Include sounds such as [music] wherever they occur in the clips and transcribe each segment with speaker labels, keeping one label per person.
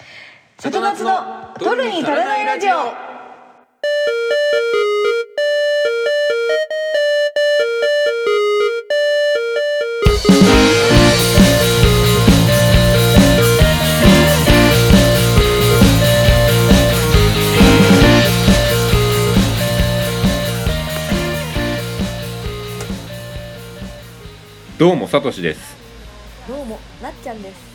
Speaker 1: 里夏の取るに足らないラジオ
Speaker 2: どうもさとしです
Speaker 3: どうも、なっちゃんです。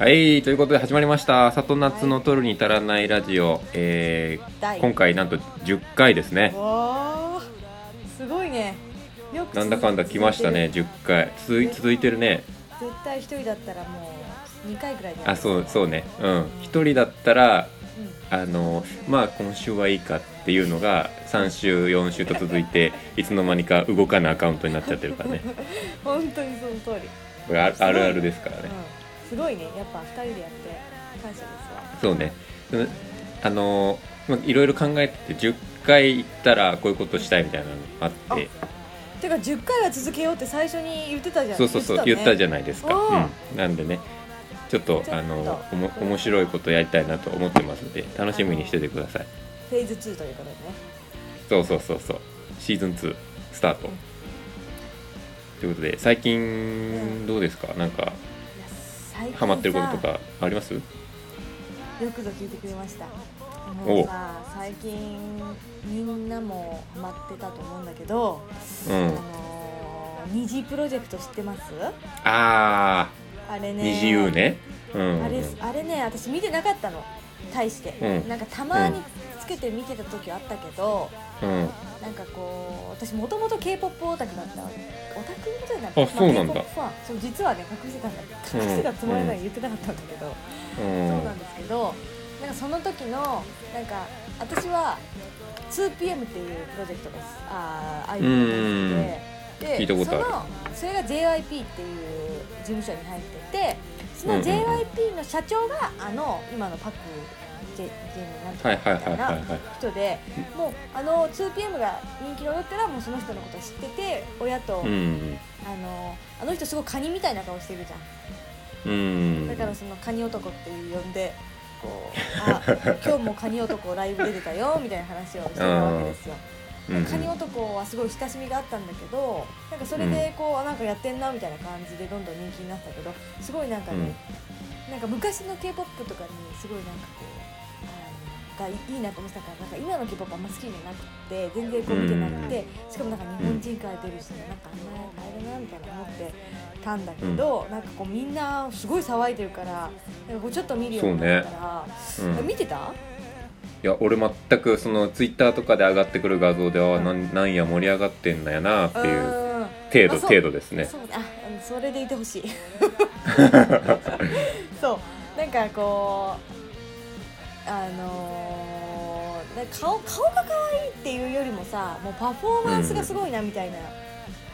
Speaker 2: はいということで始まりました「里夏の取るに足らないラジオ」えー
Speaker 3: 第
Speaker 2: 今回なんと10回ですね
Speaker 3: わあ、すごいね。よく
Speaker 2: なんだかんだ来ましたね10回続い続いてるね
Speaker 3: 続いてる。絶対一人だったらもう二回ぐらいだよ
Speaker 2: あそうそうねうん一人だったらあのまあ今週はいいかっていうのが3週4週と続いていつの間にか動かないアカウントになっちゃってるから [laughs] ね
Speaker 3: 本当にその通り。
Speaker 2: これああるあるですから
Speaker 3: うん
Speaker 2: ね、
Speaker 3: すごいね。やっぱ二人でやって感謝ですわ。
Speaker 2: そうねうんあのまあいろいろ考えてて10回行ったらこういうことしたいみたいなのあって
Speaker 3: てか十回は続けようって最初に言ってたじゃん。
Speaker 2: そうそうそう言ったじゃないですか、
Speaker 3: おー
Speaker 2: うん、なんでねちょっ
Speaker 3: ちょ
Speaker 2: と
Speaker 3: っと
Speaker 2: あのおも面白いことやりたいなと思ってますんで楽しみにしててください
Speaker 3: ゃん。フェーズ2ということでね。
Speaker 2: そうそうそうそうシーズン2スタート、
Speaker 3: うん
Speaker 2: ということで最近どうですかなんか
Speaker 3: いや最近さ
Speaker 2: ハマってることと。かあります
Speaker 3: よくぞ聞いてくれました。
Speaker 2: お
Speaker 3: もう
Speaker 2: う
Speaker 3: さ、最近みんなもハマってたと思うんだけど。
Speaker 2: うん
Speaker 3: あのー、二次プロジェクト知ってます
Speaker 2: ああ
Speaker 3: あれね
Speaker 2: 二自由ねうん
Speaker 3: あれあれね私見てなかったの大して、
Speaker 2: うん
Speaker 3: なんかたまにつけて見てた時あったけど、
Speaker 2: うん
Speaker 3: なんかこう私もともと k p o p オタクだったわけオタクみたいな
Speaker 2: あそうなんだ
Speaker 3: K-POP ファンそう実はね隠してたんだ隠してたつもりなのに言ってなかったんだけど、
Speaker 2: うん
Speaker 3: そうなんですけどなんかその時のなんか私は 2PM っていうプロジェクトがあーアイドルが好
Speaker 2: 聞
Speaker 3: きで
Speaker 2: いた
Speaker 3: で
Speaker 2: こ
Speaker 3: そ
Speaker 2: とある
Speaker 3: のそれが JYP っていう事務所に入っててその
Speaker 2: うんうんうん
Speaker 3: JYP の社長があの今のパク・ジェジェミなんとか
Speaker 2: はい
Speaker 3: み
Speaker 2: はいは
Speaker 3: た
Speaker 2: い
Speaker 3: い
Speaker 2: はい
Speaker 3: な
Speaker 2: はい
Speaker 3: 人でもうあの 2PM が人気に踊ったらもうその人のこと知ってて親と、
Speaker 2: うん
Speaker 3: あのあの人すごいカニみたいな顔してるじゃん。
Speaker 2: うん
Speaker 3: だからそのカニ男っていう呼んでこう「
Speaker 2: [laughs]
Speaker 3: あ今日もカニ男ライブ出てたよ」みたいな話をしてたわけですよ。
Speaker 2: うんうん
Speaker 3: カニ男はすごい親しみがあったんだけどなんかそれでこう、あなんかやってんなみたいな感じでどんどん人気になったけどすごいなんかね、なんか昔の k p o p とかにすごいなんかこうあのがいいなと思ってたからなんか今の k p o p あんま好きじゃなくて全然こう見てなくて、しかもなんか日本人から出るし、なんかあんまあれだなみたいな思ってたんだけど、なんかこうみんなすごい騒いでるからなんかこうちょっと見るようになったら、
Speaker 2: うん
Speaker 3: 見てた
Speaker 2: いや俺全くそのツイッターとかで上がってくる画像でああなんなんや盛り上がってんだよなっていう
Speaker 3: うん
Speaker 2: 程度
Speaker 3: あそう
Speaker 2: 程度ですね
Speaker 3: そうあうんそれでいてほ
Speaker 2: [laughs]
Speaker 3: しいそうなんかこうあのーなんか顔顔が可愛いっていうよりもさもうパフォーマンスがすごいなみたいな、
Speaker 2: うん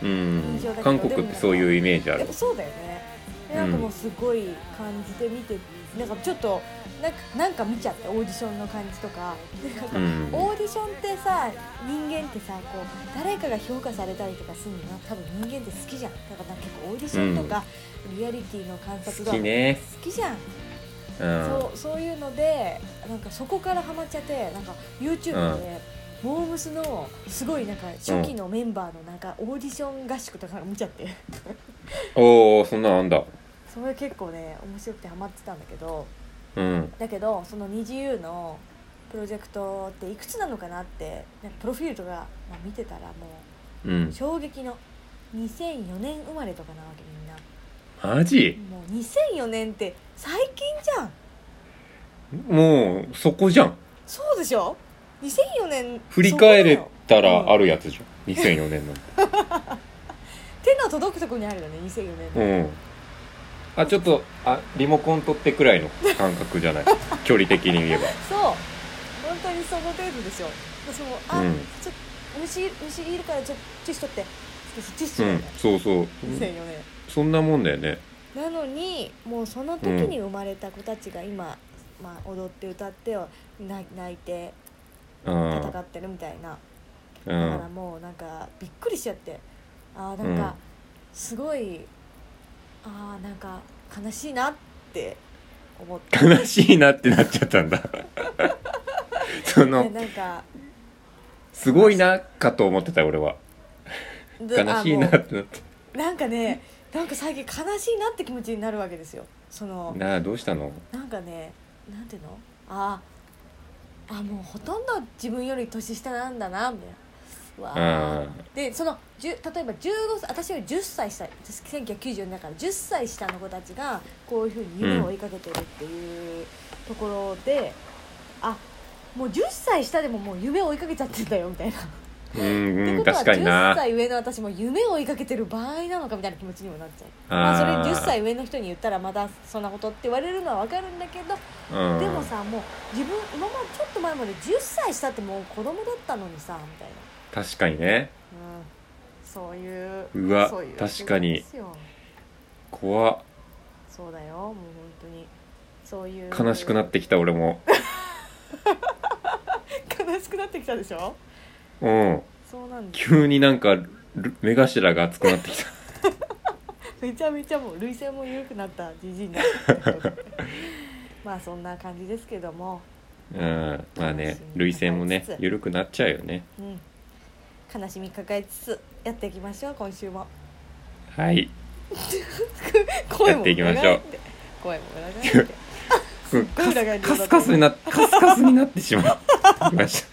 Speaker 3: 印象だけど
Speaker 2: 韓国ってそういうイメージあ
Speaker 3: やっ
Speaker 2: る
Speaker 3: ぱそうだよねでなんかもうすごい感じで見てなんかちょっとなんかなんか見ちゃってオーディションの感じとかでなんか
Speaker 2: うん
Speaker 3: オーディションってさ人間ってさこう誰かが評価されたりとかするのが多分人間って好きじゃんだからなんか結構オーディションとか、リアリティの観察
Speaker 2: 好
Speaker 3: が
Speaker 2: きね
Speaker 3: 好きじゃん、
Speaker 2: うん
Speaker 3: そうそういうのでなんかそこからハマっちゃってなんか YouTube で、モームスのすごいなんか初期のメンバーのなんかオーディション合宿とか見ちゃって
Speaker 2: おおそんなのあんだ
Speaker 3: それ結構ね面白くてハマってたんだけど
Speaker 2: うん
Speaker 3: だけどその NiziU のプロジェクトっていくつなのかなってなんかプロフィールとか、まあ、見てたらも
Speaker 2: うん
Speaker 3: う衝撃の2004年生まれとかなわけみんな
Speaker 2: マジ
Speaker 3: もう2004年って最近じゃん
Speaker 2: もうそこじゃん
Speaker 3: そうでしょ2004年
Speaker 2: 振り返
Speaker 3: そ
Speaker 2: れ
Speaker 3: こ
Speaker 2: たらあるやつじゃん2004年なんて
Speaker 3: だよ手の届くとこにあるよね2004年
Speaker 2: う
Speaker 3: の、
Speaker 2: んあちょっとあリモコン取ってくらいの感覚
Speaker 3: [laughs]
Speaker 2: じゃない距離的に言えば
Speaker 3: そう本当にその程度でしょ私もあ、
Speaker 2: うん
Speaker 3: ちょっと虫虫いるからちょっとティッシュ取って私ティッシ
Speaker 2: う
Speaker 3: ュ
Speaker 2: ん
Speaker 3: みたいな
Speaker 2: そうそう
Speaker 3: 2004年
Speaker 2: そんなもんだよね
Speaker 3: なのにもうその時に生まれた子たちが今、まあ、踊って歌ってをな泣いて
Speaker 2: うん
Speaker 3: 戦ってるみたいな、
Speaker 2: う
Speaker 3: だ
Speaker 2: ん
Speaker 3: からもうなんかびっくりしちゃってあーなん
Speaker 2: うん
Speaker 3: かすごい、あーなんか悲しいなって思って
Speaker 2: 悲しいなってなっちゃったんだ [laughs] そ
Speaker 3: で
Speaker 2: の
Speaker 3: なんか
Speaker 2: すごいなかと思ってた俺は
Speaker 3: で
Speaker 2: 悲しいな
Speaker 3: あも
Speaker 2: ってなって
Speaker 3: うなんかねなんか最近悲しいなって気持ちになるわけですよその
Speaker 2: なあどうしたの
Speaker 3: なんかねなんていうのああもうほとんど自分より年下なんだなみたいなわあ
Speaker 2: あ
Speaker 3: でそのじゅ例えば15歳私より10歳下私1994年だから10歳下の子たちがこういうふうに夢を追いかけてるっていうところで、あもう10歳下でももう夢を追いかけちゃってんだよみたいな。
Speaker 2: ーうん
Speaker 3: って
Speaker 2: うん
Speaker 3: ことは
Speaker 2: 確かに
Speaker 3: 10
Speaker 2: な
Speaker 3: 歳上の私も夢を追いかけてる場合なのかみたいな気持ちにもなっちゃうまあ、それ
Speaker 2: あー
Speaker 3: 10歳上の人に言ったらまたそんなことって言われるのは分かるんだけど
Speaker 2: うん
Speaker 3: でもさもう自分今までちょっと前まで10歳下ってもう子供だったのにさみたいな。
Speaker 2: 確かにね
Speaker 3: うんそういう
Speaker 2: うわ
Speaker 3: そういう
Speaker 2: 確かに
Speaker 3: そうですよ
Speaker 2: 怖っ
Speaker 3: そうだよもう本当にそういう
Speaker 2: 悲しくなってきた俺も
Speaker 3: [laughs] 悲しくなってきたでしょ
Speaker 2: うん
Speaker 3: そうなんです
Speaker 2: 急になんかる目頭が熱くなってきた
Speaker 3: めちゃめちゃもう涙腺も緩くなったじじいにな [laughs] まあそんな感じですけども、
Speaker 2: うんまあね涙腺もね緩くなっちゃうよね
Speaker 3: うん、悲しみ抱えつつやっていきましょう今週も
Speaker 2: はい
Speaker 3: 声
Speaker 2: や
Speaker 3: も
Speaker 2: っていきましょ
Speaker 3: 裏
Speaker 2: う
Speaker 3: 返って声も裏返って
Speaker 2: うん
Speaker 3: ごい裏返り
Speaker 2: カスカスになカスカスになってしま
Speaker 3: [laughs]
Speaker 2: いまし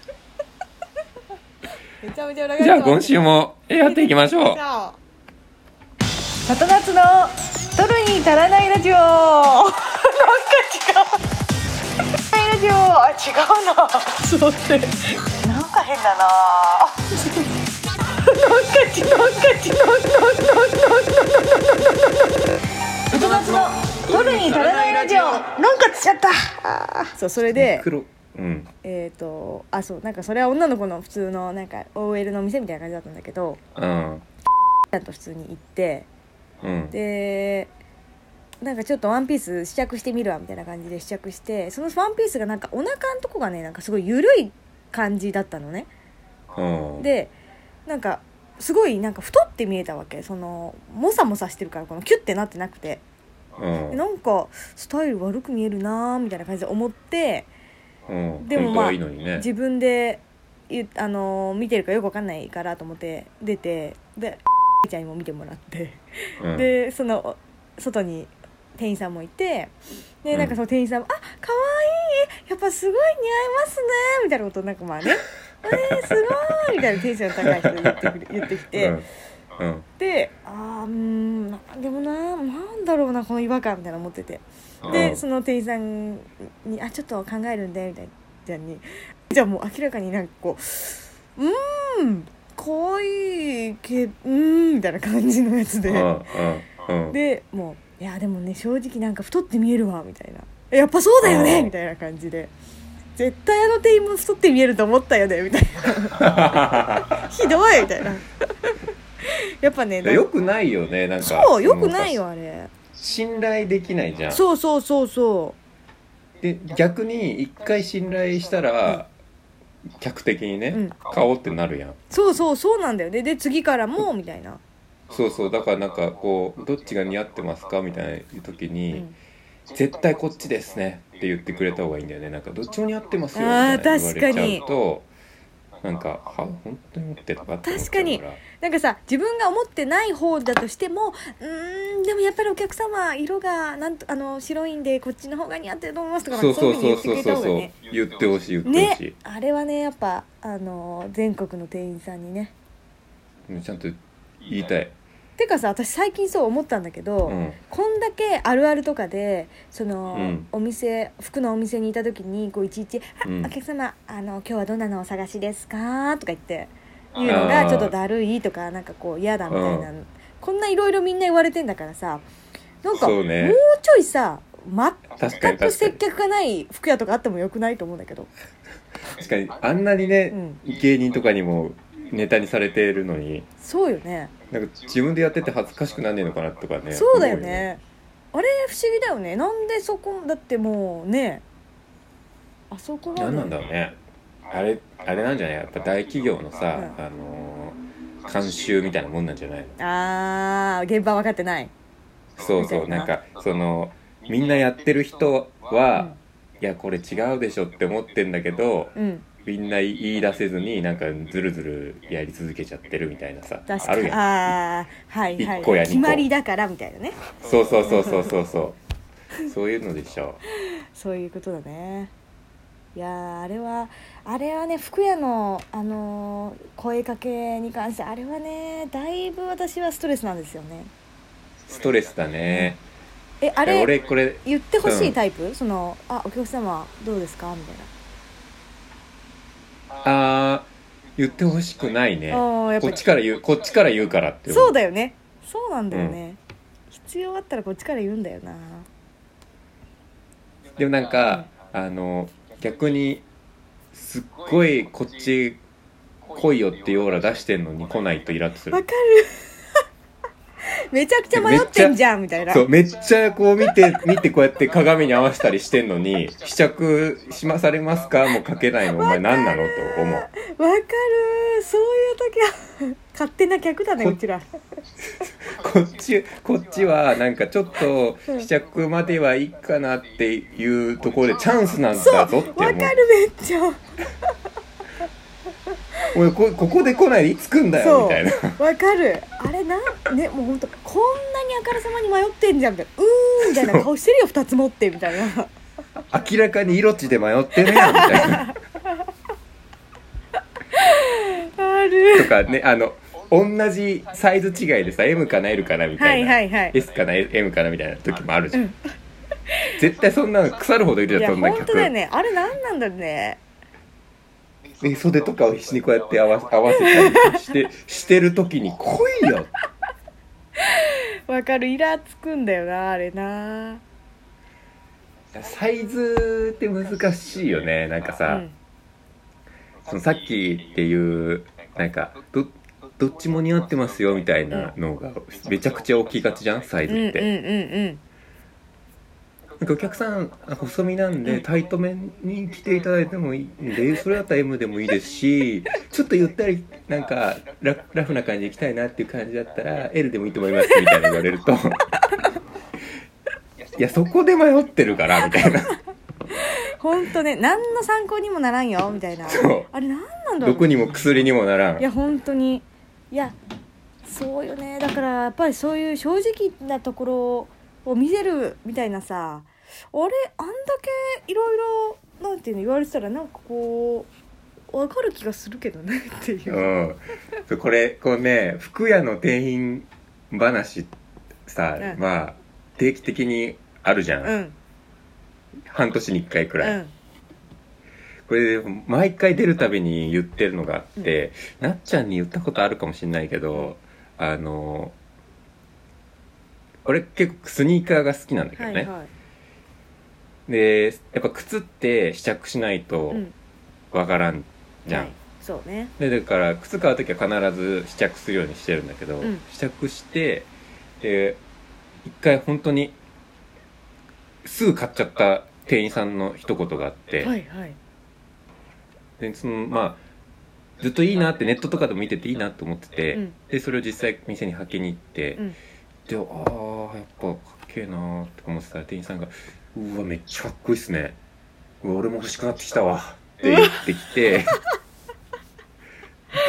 Speaker 3: めちゃめちゃ裏返ったて
Speaker 2: じゃあ今週もやっていきましょう
Speaker 3: う
Speaker 1: 里夏の取るに足らないラジオなんか違うラジオあ違うなちょっと待ってなんか変だななんか違うなんか違うなんか違うなんか違うなんか違う里夏の取るに足らないラジオなんかつっちゃったあー
Speaker 3: そうそれで
Speaker 2: 黒うん
Speaker 3: えー、とあそうなんかそれは女の子の普通のなんか OL の店みたいな感じだったんだけど
Speaker 2: うん
Speaker 3: ちゃんと普通に行って
Speaker 2: うん
Speaker 3: でなんかちょっとワンピース試着してみるわみたいな感じで試着してそのワンピースがなんかお腹のとこがねなんかすごい緩い感じだったのね
Speaker 2: うん
Speaker 3: でなんかすごいなんか太って見えたわけそのモサモサしてるからこのキュッてなってなくて
Speaker 2: うん
Speaker 3: なんかスタイル悪く見えるなーみたいな感じで思って
Speaker 2: うん
Speaker 3: でもまあ
Speaker 2: 本当はいいのにね
Speaker 3: 自分で言うあのー見てるかよくわかんないからと思って出てでちゃんにも見てもらって
Speaker 2: うん
Speaker 3: でその外に店員さんもいて
Speaker 2: う
Speaker 3: で
Speaker 2: ん
Speaker 3: なんかその店員さんも「あ可愛いやっぱすごい似合いますね」みたいなことをなんかまあね「えー、すごい」みたいなテンション高い人が言ってくれ言ってきて、
Speaker 2: うんうん
Speaker 3: で「あーうーんなんでもななんだろうなこの違和感」みたいなの持ってて
Speaker 2: う
Speaker 3: で
Speaker 2: ん
Speaker 3: その店員さんに「あちょっと考えるんで」みたいなじゃんにじゃあもう明らかになんかこう「うーん可愛いけうーん」みたいな感じのやつで。
Speaker 2: うん [laughs] うんうん
Speaker 3: でもう「いやでもね正直なんか太って見えるわ」みたいな「やっぱそうだよ
Speaker 2: あ
Speaker 3: ね」
Speaker 2: ー
Speaker 3: みたいな感じで「絶対あの店員も太って見えると思ったよね」みたいな「ひどい」みたいなやっぱねなん
Speaker 2: よくないよねなんか
Speaker 3: そうよくないよあれ
Speaker 2: 信頼できないじゃん
Speaker 3: そうそうそうそ
Speaker 2: で逆に一回信頼したら客的にね、
Speaker 3: うん
Speaker 2: 買おうってなるやん
Speaker 3: うそうそうそうなんだよねで次からもみたいな、
Speaker 2: そうそうだからなんかこうどっちが似合ってますかみたいな時
Speaker 3: う
Speaker 2: に、
Speaker 3: ん、
Speaker 2: 絶対こっちですねって言ってくれた方がいいんだよねなんかどっちも似合ってますよみ
Speaker 3: あ
Speaker 2: た
Speaker 3: ー
Speaker 2: いな言わ
Speaker 3: 確
Speaker 2: れち
Speaker 3: か
Speaker 2: ゃ
Speaker 3: に
Speaker 2: うとなんかは本当に持ってたかって思っちゃう
Speaker 3: 確かになんかさ自分が思ってない方だとしてもうーんでもやっぱりお客様色がなんとあの白いんでこっちの方が似合ってると思いますとかなん
Speaker 2: そ
Speaker 3: か
Speaker 2: うそう
Speaker 3: そうい
Speaker 2: そうう
Speaker 3: ふう
Speaker 2: そ
Speaker 3: に言ってくれた方がね
Speaker 2: うそうそう言ってほしい言ってほし
Speaker 3: ねあれはねやっぱあの全国の店員さんにね
Speaker 2: い、ちゃんと言いたい、
Speaker 3: てかさ私最近そう思ったんだけど、
Speaker 2: うん、
Speaker 3: こんだけあるあるとかでその、
Speaker 2: うん
Speaker 3: お店服のお店にいた時にこういちいち「あ
Speaker 2: うん
Speaker 3: お客様あの今日はどんなのお探しですか?」とか言って言うのがちょっとだるいとかなんかこう嫌だみたいな、
Speaker 2: う
Speaker 3: こんないろいろみんな言われてんだからさなんかも
Speaker 2: そううね
Speaker 3: ちょいさ
Speaker 2: 確
Speaker 3: 全
Speaker 2: かに確か
Speaker 3: く
Speaker 2: に
Speaker 3: 接客がない服屋とかあってもよくないと思うんだけど
Speaker 2: 確かにあんなにね、芸人とかにもネタにされてるのに
Speaker 3: そうよね
Speaker 2: なんか自分でやってて恥ずかしくなんねえのかなとかね
Speaker 3: そうだよねあれ不思議だよねなんでそこだってもうねあそこ
Speaker 2: 思う
Speaker 3: ま
Speaker 2: よね何
Speaker 3: で
Speaker 2: なんだろうねあれあれなんじゃないやっぱ大企業のさ、
Speaker 3: う
Speaker 2: あのー監修みたいなもんなんじゃない
Speaker 3: あー現場分かってない
Speaker 2: そうそう
Speaker 3: みたいな
Speaker 2: なんかそのみんなやってる人は、いやこれ違うでしょって思ってんだけど
Speaker 3: うん
Speaker 2: みんな言い出せずになんかずるずるやり続けちゃってるみたいなさ
Speaker 3: 確
Speaker 2: あ
Speaker 3: か
Speaker 2: る
Speaker 3: に
Speaker 2: やん
Speaker 3: ああはいはい
Speaker 2: 一個や二個
Speaker 3: 決まりだからみたいなね
Speaker 2: そうそうそうそうそうそうそういうのでしょ
Speaker 3: そういうことだねいやーあれはあれはね福屋の、あのー声かけに関してあれはねだいぶ私はストレスなんですよね
Speaker 2: ストレスだね
Speaker 3: えあれ
Speaker 2: 俺これ
Speaker 3: 言ってほし
Speaker 2: う
Speaker 3: い
Speaker 2: ん
Speaker 3: タイプ、その「あお客様どうですか?」みたいな
Speaker 2: あー言ってほしくないね
Speaker 3: あーやっぱ
Speaker 2: こっ
Speaker 3: り
Speaker 2: ちから言うこっちから言うからって思
Speaker 3: そうだよねそうなんだよね、必要あったらこっちから言うんだよな
Speaker 2: でもなんかあの逆にすっごいこっち来いよっていうオーラ出してんのに来ないとイラッとす
Speaker 3: わ
Speaker 2: る
Speaker 3: かる [laughs] めちゃくちゃ迷ってんじゃんみたいな
Speaker 2: そうめっちゃこう見て [laughs] 見てこうやって鏡に合わせたりしてんのに試着しまされますかもうかけないのお前何なのと思う
Speaker 3: わかるそういう時は勝手な客だね
Speaker 2: こ
Speaker 3: うちら
Speaker 2: こっちこっちはなんかちょっと
Speaker 3: うん
Speaker 2: 試着まではいいかなっていうところでチャンスなんだぞって思う
Speaker 3: わかるめっちゃ
Speaker 2: 俺こここで来ないでいつ来んだ
Speaker 3: そう
Speaker 2: よみたいな
Speaker 3: わかるあれなんねもうほんとこんなにあからさまに迷ってんじゃんみたいなうーんみたいな顔してるよ2つ持ってみたいな
Speaker 2: 明らかに色地で迷ってるやんみたいな
Speaker 3: ある
Speaker 2: とかねあの同じサイズ違いでさ M かな L かなみ
Speaker 3: は
Speaker 2: たい
Speaker 3: い
Speaker 2: な、
Speaker 3: はいはい
Speaker 2: S かな M かなみたいな時もあるじゃん、絶対そんなの腐るほどい
Speaker 3: い
Speaker 2: るじ
Speaker 3: や
Speaker 2: ゃんそんな
Speaker 3: 本
Speaker 2: 客
Speaker 3: 当だよねあれなんなんだろうね
Speaker 2: で袖とかを必死にこうやって合わせ合わせたりして [laughs] してる時に来いよ
Speaker 3: わかるイラつくんだよなあれな
Speaker 2: サイズって難しいよねなんか
Speaker 3: う
Speaker 2: さ、
Speaker 3: ん
Speaker 2: そのさっきっていうなんかどどっちも似合ってますよみたいなのがめちゃくちゃ大きいがちじゃんサイ
Speaker 3: う
Speaker 2: ズ
Speaker 3: んうん
Speaker 2: って、
Speaker 3: うん
Speaker 2: なんかお客さんあ細身なんでタイトめに来ていただいてもいいんでそれだったら M でもいいですしちょっとゆったりなんかララフな感じで行きたいなっていう感じだったら L でもいいと思いますみたいな言われるといやそこで迷ってるからみたいな
Speaker 3: うん本当ね何の参考にもならんよみたいな
Speaker 2: そう
Speaker 3: あれなんなんだろ
Speaker 2: ど
Speaker 3: う
Speaker 2: こにも薬にもなら
Speaker 3: い
Speaker 2: ん
Speaker 3: や本当にいやそうよねだからやっぱりそういう正直なところを見せるみたいなさあれあんだけいろいろなんていうの言われてたらなんかこうわかる気がするけどねっていうう。
Speaker 2: んそうこれこうね服屋の店員話さ
Speaker 3: うん
Speaker 2: まあ定期的にあるじ
Speaker 3: う
Speaker 2: ゃ
Speaker 3: んん
Speaker 2: 半年に1回く
Speaker 3: う
Speaker 2: らい。
Speaker 3: ん
Speaker 2: これで毎回出るたびに言ってるのがあって、なっちゃんに言ったことあるかもしれないけどあの俺結構スニーカーが好きなんだけ
Speaker 3: は
Speaker 2: ど
Speaker 3: い
Speaker 2: ね、
Speaker 3: はい
Speaker 2: でやっぱ靴って試着しないと
Speaker 3: うん
Speaker 2: わからんじゃん、
Speaker 3: はいそうね
Speaker 2: でだから靴買う時は必ず試着するようにしてるんだけど、
Speaker 3: うん
Speaker 2: 試着してで一回本当にすぐ買っちゃった店員さんの一言があって、
Speaker 3: はいはい
Speaker 2: でそのまあずっといいなってネットとかでも見てていいなと思ってて、
Speaker 3: うん
Speaker 2: でそれを実際店に履きに行って、
Speaker 3: うん
Speaker 2: でああやっぱかっけえなーって思ってたら店員さんが「うわめっちゃかっこいいっすねうわ俺も欲しくなってきたわ」って言ってき
Speaker 3: [laughs]
Speaker 2: て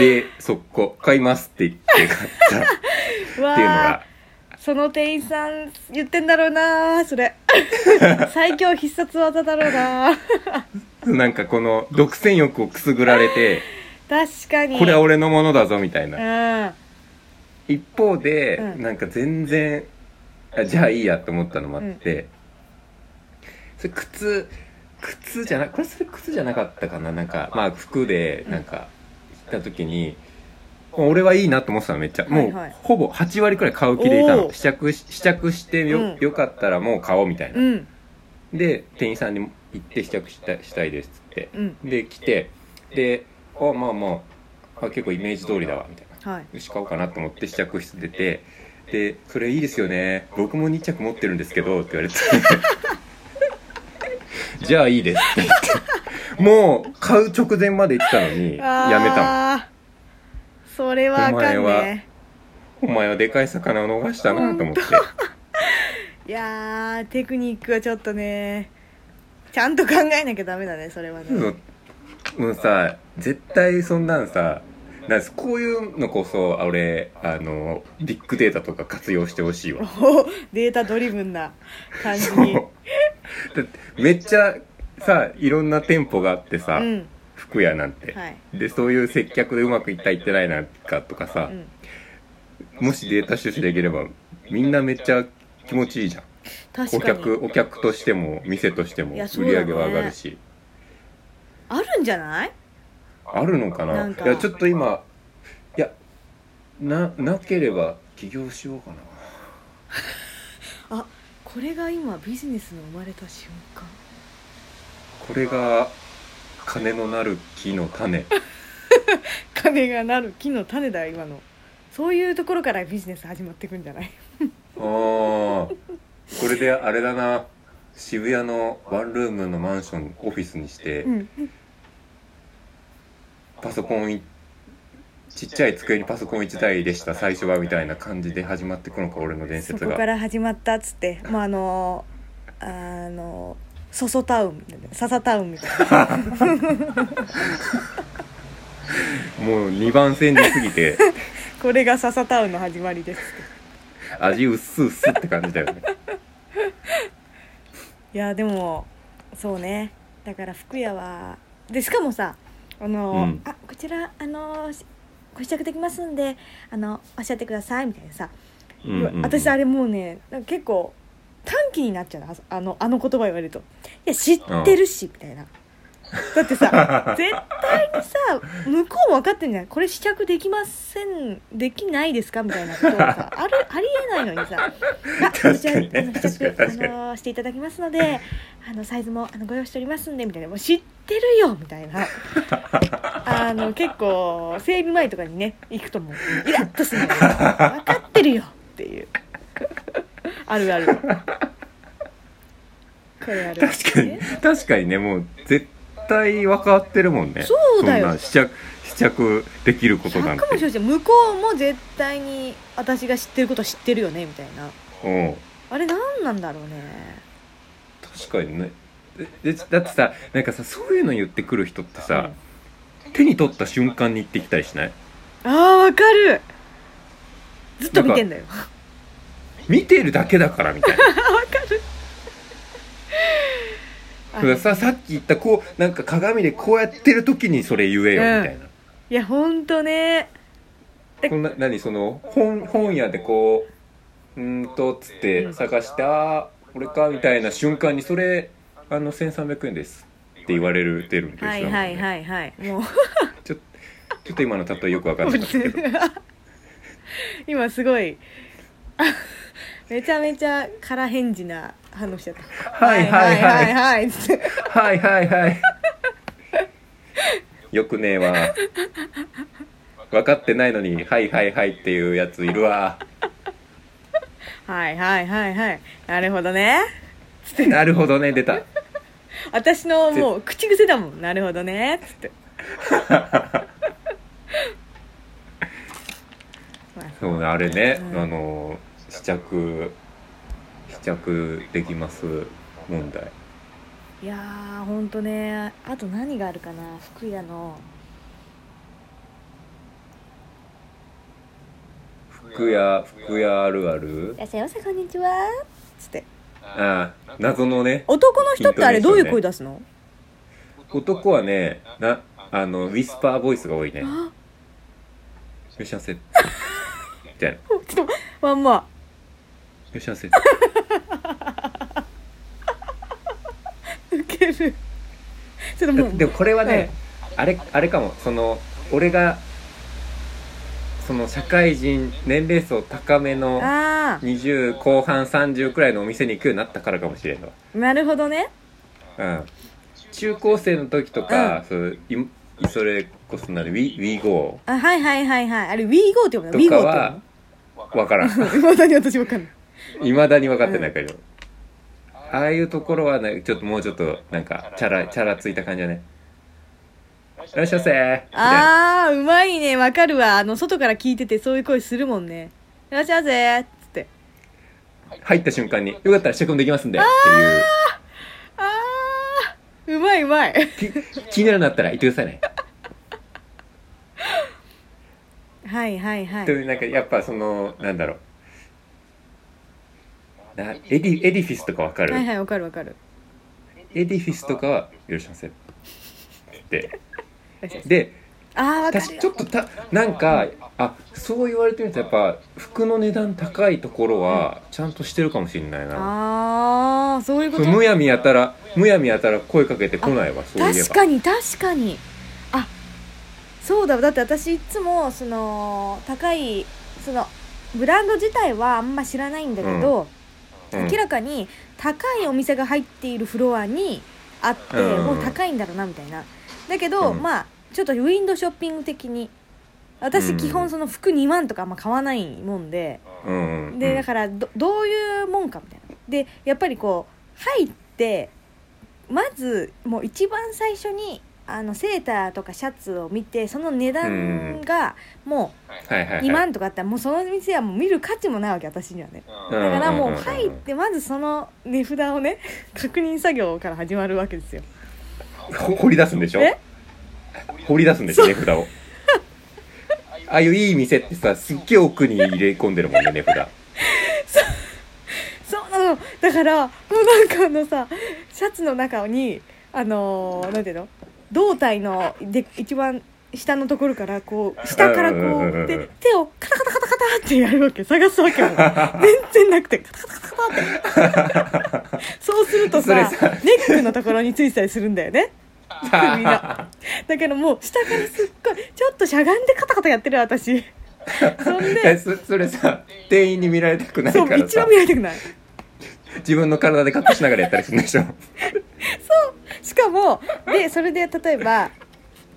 Speaker 2: で速攻「買います」って言って買ったっ
Speaker 3: う
Speaker 2: ていうの
Speaker 3: わ
Speaker 2: が
Speaker 3: ーその店員さん言ってんだろうなーそ
Speaker 2: [laughs]
Speaker 3: れ最強必殺技だろうなー
Speaker 2: なんかこの独占欲をくすぐられて
Speaker 3: 確かに
Speaker 2: これは俺のものだぞみたいな
Speaker 3: うん
Speaker 2: 一方で、
Speaker 3: うん
Speaker 2: なんか全然あじゃあいいやと思ったのもあって、それ靴靴じゃなこれそれ靴じゃなかったかななんかまあ服でなんか行った時に、もう俺はいいなと思ってたのめっちゃもう、
Speaker 3: はいはい
Speaker 2: ほぼ8割くらい買う気でいた
Speaker 3: お
Speaker 2: の
Speaker 3: ー
Speaker 2: 試着し試着してよ,、
Speaker 3: うん
Speaker 2: よかったらもう買おうみたいな、
Speaker 3: うん
Speaker 2: で店員さんに行って試着したしたいですっつって
Speaker 3: うん
Speaker 2: で来てであまあまああ結構イメージ通りだわみたいな
Speaker 3: はい
Speaker 2: よし買おうかなと思って試着室出てで「それいいですよね僕も2着持ってるんですけど」って言われて「じゃあいいです」って言ってもう買う直前まで言ってたのにやめたの
Speaker 3: たそれはあかん
Speaker 2: お前は
Speaker 3: ね
Speaker 2: お前はでかい魚を逃したなと思って
Speaker 3: いやーテクニックはちょっとねちゃんと考えなきゃダメだねそれはね
Speaker 2: そうもうさ絶対そんなんさなんですこういうのこそあ俺あのビッグデータとか活用してほしいわ
Speaker 3: おデータドリブンな感じ
Speaker 2: [laughs] そう
Speaker 3: にう
Speaker 2: だってめっちゃさいろんな店舗があってさ、
Speaker 3: ん
Speaker 2: 服屋なんて、
Speaker 3: はい
Speaker 2: でそういう接客でうまくいったいってないなんかとかさ
Speaker 3: う、ん
Speaker 2: もしデータ収集できればみんなめっちゃ気持ちいいじゃんお
Speaker 3: 確かに
Speaker 2: 客お客としても店としても
Speaker 3: い
Speaker 2: 売
Speaker 3: やそうだ
Speaker 2: り
Speaker 3: ね
Speaker 2: 上げは上がるし、
Speaker 3: あるんじゃない
Speaker 2: あるのかな
Speaker 3: なんか
Speaker 2: いやちょっと今いやななければ起業しようかな
Speaker 3: あこれが今ビジネスの生まれた瞬間
Speaker 2: これが金のなる木の種
Speaker 3: 金がなる木の種だよ今のそういうところからビジネス始まっていくんじゃない
Speaker 2: あーこれであれだな渋谷のワンルームのマンションオフィスにして、
Speaker 3: うん
Speaker 2: パソコンいちっちゃい机にパソコン1台でした最初はみたいな感じで始まってくのか俺の伝
Speaker 3: そ
Speaker 2: 説
Speaker 3: こ
Speaker 2: が
Speaker 3: から始まったっつってまああのあのソソタウンみたいなササタウンみたい [laughs] な
Speaker 2: もう2番線に過ぎて
Speaker 3: これがササタウンの始まりです
Speaker 2: 味うっすうっすって感じだよね
Speaker 3: いやでもそうねだから福屋はでしかもさあの、
Speaker 2: うん
Speaker 3: あこちらあのしご試着できますんであのおっしゃってくださいみたいなさ、
Speaker 2: [laughs] うんうんうん
Speaker 3: 私あれもうねなんか結構短気になっちゃうのあそあのあの言葉言われるといや知ってるし、みたいなだって
Speaker 2: [laughs]
Speaker 3: さ絶対にさ向こうも分かってんじゃないこれ試着できませんできないですかみたいなことを
Speaker 2: [laughs]
Speaker 3: さあるありえないのにさあ、こ
Speaker 2: 確
Speaker 3: ち、
Speaker 2: から
Speaker 3: あ
Speaker 2: にね
Speaker 3: の、試着
Speaker 2: 確かに確か
Speaker 3: あ
Speaker 2: に
Speaker 3: の、していただきますので、あの、サイズも、あの、ご用意しておりますんで、みたいな、もう知ってるよみたいな。あの、結構、整備前とかにね、行くともう、イラッとするのよ。分かってるよっていう。あるある。これある、
Speaker 2: 確かに。確かにねもう絶対分かってるもんね
Speaker 3: そうだよ
Speaker 2: んな試着試着できることなんて
Speaker 3: 100も承知向こうも絶対に、私が知ってること知ってるよね、みたいな。
Speaker 2: うん
Speaker 3: あれ、なんなんだろうね。
Speaker 2: 確かにねででだってさなんかさそういうの言ってくる人ってさ、手に取った瞬間に行ってきたりしない
Speaker 3: ああ、わかる。ずっと見てんだよ。
Speaker 2: 見てるだけだからみたいなだからささっき言ったこうなんか鏡でこうやってる時にそれ言えよみたい
Speaker 3: い
Speaker 2: な、
Speaker 3: やほんとねえ
Speaker 2: こんな何その本本屋でこううーんとっつって探して、ああ俺かみたいな瞬間にそれあの1300円ですって言われる出るんですよ、
Speaker 3: はいはいはいはいもう
Speaker 2: ちょっと今の例えよくわかんな
Speaker 3: [laughs]
Speaker 2: いですけど
Speaker 3: 今すごいあめちゃめちゃ空返事な反応しちゃった
Speaker 2: はいはい
Speaker 3: は
Speaker 2: はいい
Speaker 3: はいつって
Speaker 2: はいはいはい [laughs] よくねえわ分かってないのに「はいはいはい」っていうやつい
Speaker 3: [laughs]
Speaker 2: るわ
Speaker 3: はいはいはいはいなるほどねつって
Speaker 2: なるほどね出た
Speaker 3: 私のもう口癖だもんなるほどねつって [laughs] まあ
Speaker 2: そうねあれね、
Speaker 3: うん
Speaker 2: あの試着試着できます問題
Speaker 3: いやーほんとねあと何があるかな福屋の
Speaker 2: 服屋服屋あるある
Speaker 3: いらっしゃいませこんにちはつって
Speaker 2: ああ謎のね
Speaker 3: 男の人ってあれどういう声出すの、
Speaker 2: 男はねなあのウィスパーボイスが多いね
Speaker 3: あ
Speaker 2: 「よしゃせ」みたいな
Speaker 3: ちょっとまんま
Speaker 2: 「よしゃせ」
Speaker 3: ウケるちょっともう
Speaker 2: でもこれはね、あれあれかもその俺がその社会人年齢層高めの
Speaker 3: あ
Speaker 2: 20後半30くらいのお店に行くようになったからかもしれんの
Speaker 3: あなるほどね
Speaker 2: うん中高生の時とか、そういそれこそなに WeGo
Speaker 3: あはいはいはいはいあれ WeGo って呼ぶの
Speaker 2: とか
Speaker 3: WeGo
Speaker 2: は
Speaker 3: っ
Speaker 2: 分からん [laughs]
Speaker 3: て呼ぶのいまだに私わかんない
Speaker 2: いまだに分かってないけど、ああいうところはねちょっともうちょっとなんかチャラチャラついた感じだねいらっしゃいませみたいな
Speaker 3: ああうまいねわかるわあの外から聞いててそういう声するもんねいらっしゃいませーっつって
Speaker 2: 入った瞬間に、よかったら試着もできますんで、って
Speaker 3: あーうまいうまい [laughs]
Speaker 2: いう、き気になるんだったら言ってくださいね。
Speaker 3: はいはいはい
Speaker 2: というなんかやっぱそのなんだろうなエディエディフィスとかわかる、
Speaker 3: はいはいわかるわかる
Speaker 2: エディフィスとかは許しません
Speaker 3: [laughs]
Speaker 2: でで
Speaker 3: あーわかる
Speaker 2: 私ちょっとたなんかあそう言われてみるとやっぱ服の値段高いところはちゃんとしてるかもしれないな
Speaker 3: ああそういうこと
Speaker 2: むやみやたらむやみやたら声かけてこないわそういえ
Speaker 3: 確
Speaker 2: ば
Speaker 3: かに確かにあそうだだって私いつもその高いそのブランド自体はあんま知らないんだけど、
Speaker 2: うん
Speaker 3: 明らかに高いお店が入っているフロアにあって、
Speaker 2: うん
Speaker 3: もう高いんだろうなみたいなだけど、
Speaker 2: うん
Speaker 3: まあちょっとウィンドウショッピング的に私
Speaker 2: うん
Speaker 3: 基本その服2万とかあんま買わないもんで、
Speaker 2: うんうん
Speaker 3: でだからどどういうもんかみたいなでやっぱりこう入ってまずもう一番最初にあのセーターとかシャツを見てその値段がも
Speaker 2: はいは
Speaker 3: う
Speaker 2: いはい
Speaker 3: 2万とかあったらもうその店はもう見る価値もないわけ私にはね
Speaker 2: うん
Speaker 3: だからもうん
Speaker 2: んん
Speaker 3: 入ってまずその値札をね確認作業から始まるわけですよ
Speaker 2: ほ掘り出すんでしょ
Speaker 3: え
Speaker 2: 掘り出すんでしょ値札を [laughs] ああいういい店ってさすっげえ奥に入れ込んでるもんね値札
Speaker 3: そうなのだからもうなんかあのさシャツの中にあのー、なんていうの胴体ので一番下のところからこう下から
Speaker 2: うん
Speaker 3: こ
Speaker 2: うんうんう
Speaker 3: うんで手をカタカタカタカタってやるわけ探すわけよ全然なくてカタカタカタカタってそうすると
Speaker 2: それ
Speaker 3: さ
Speaker 2: さ
Speaker 3: ネックのところについてたりするんだよね首がだからもう下からすっごいちょっとしゃがんでカタカタやってる私そん
Speaker 2: え
Speaker 3: で
Speaker 2: そそれさ店員に見られたく [laughs] ない
Speaker 3: そ
Speaker 2: か
Speaker 3: う
Speaker 2: ら
Speaker 3: 一
Speaker 2: さ
Speaker 3: 番見られたくない
Speaker 2: 自分の体で隠しながらやったりするんでしょ
Speaker 3: しかもでそれで例えば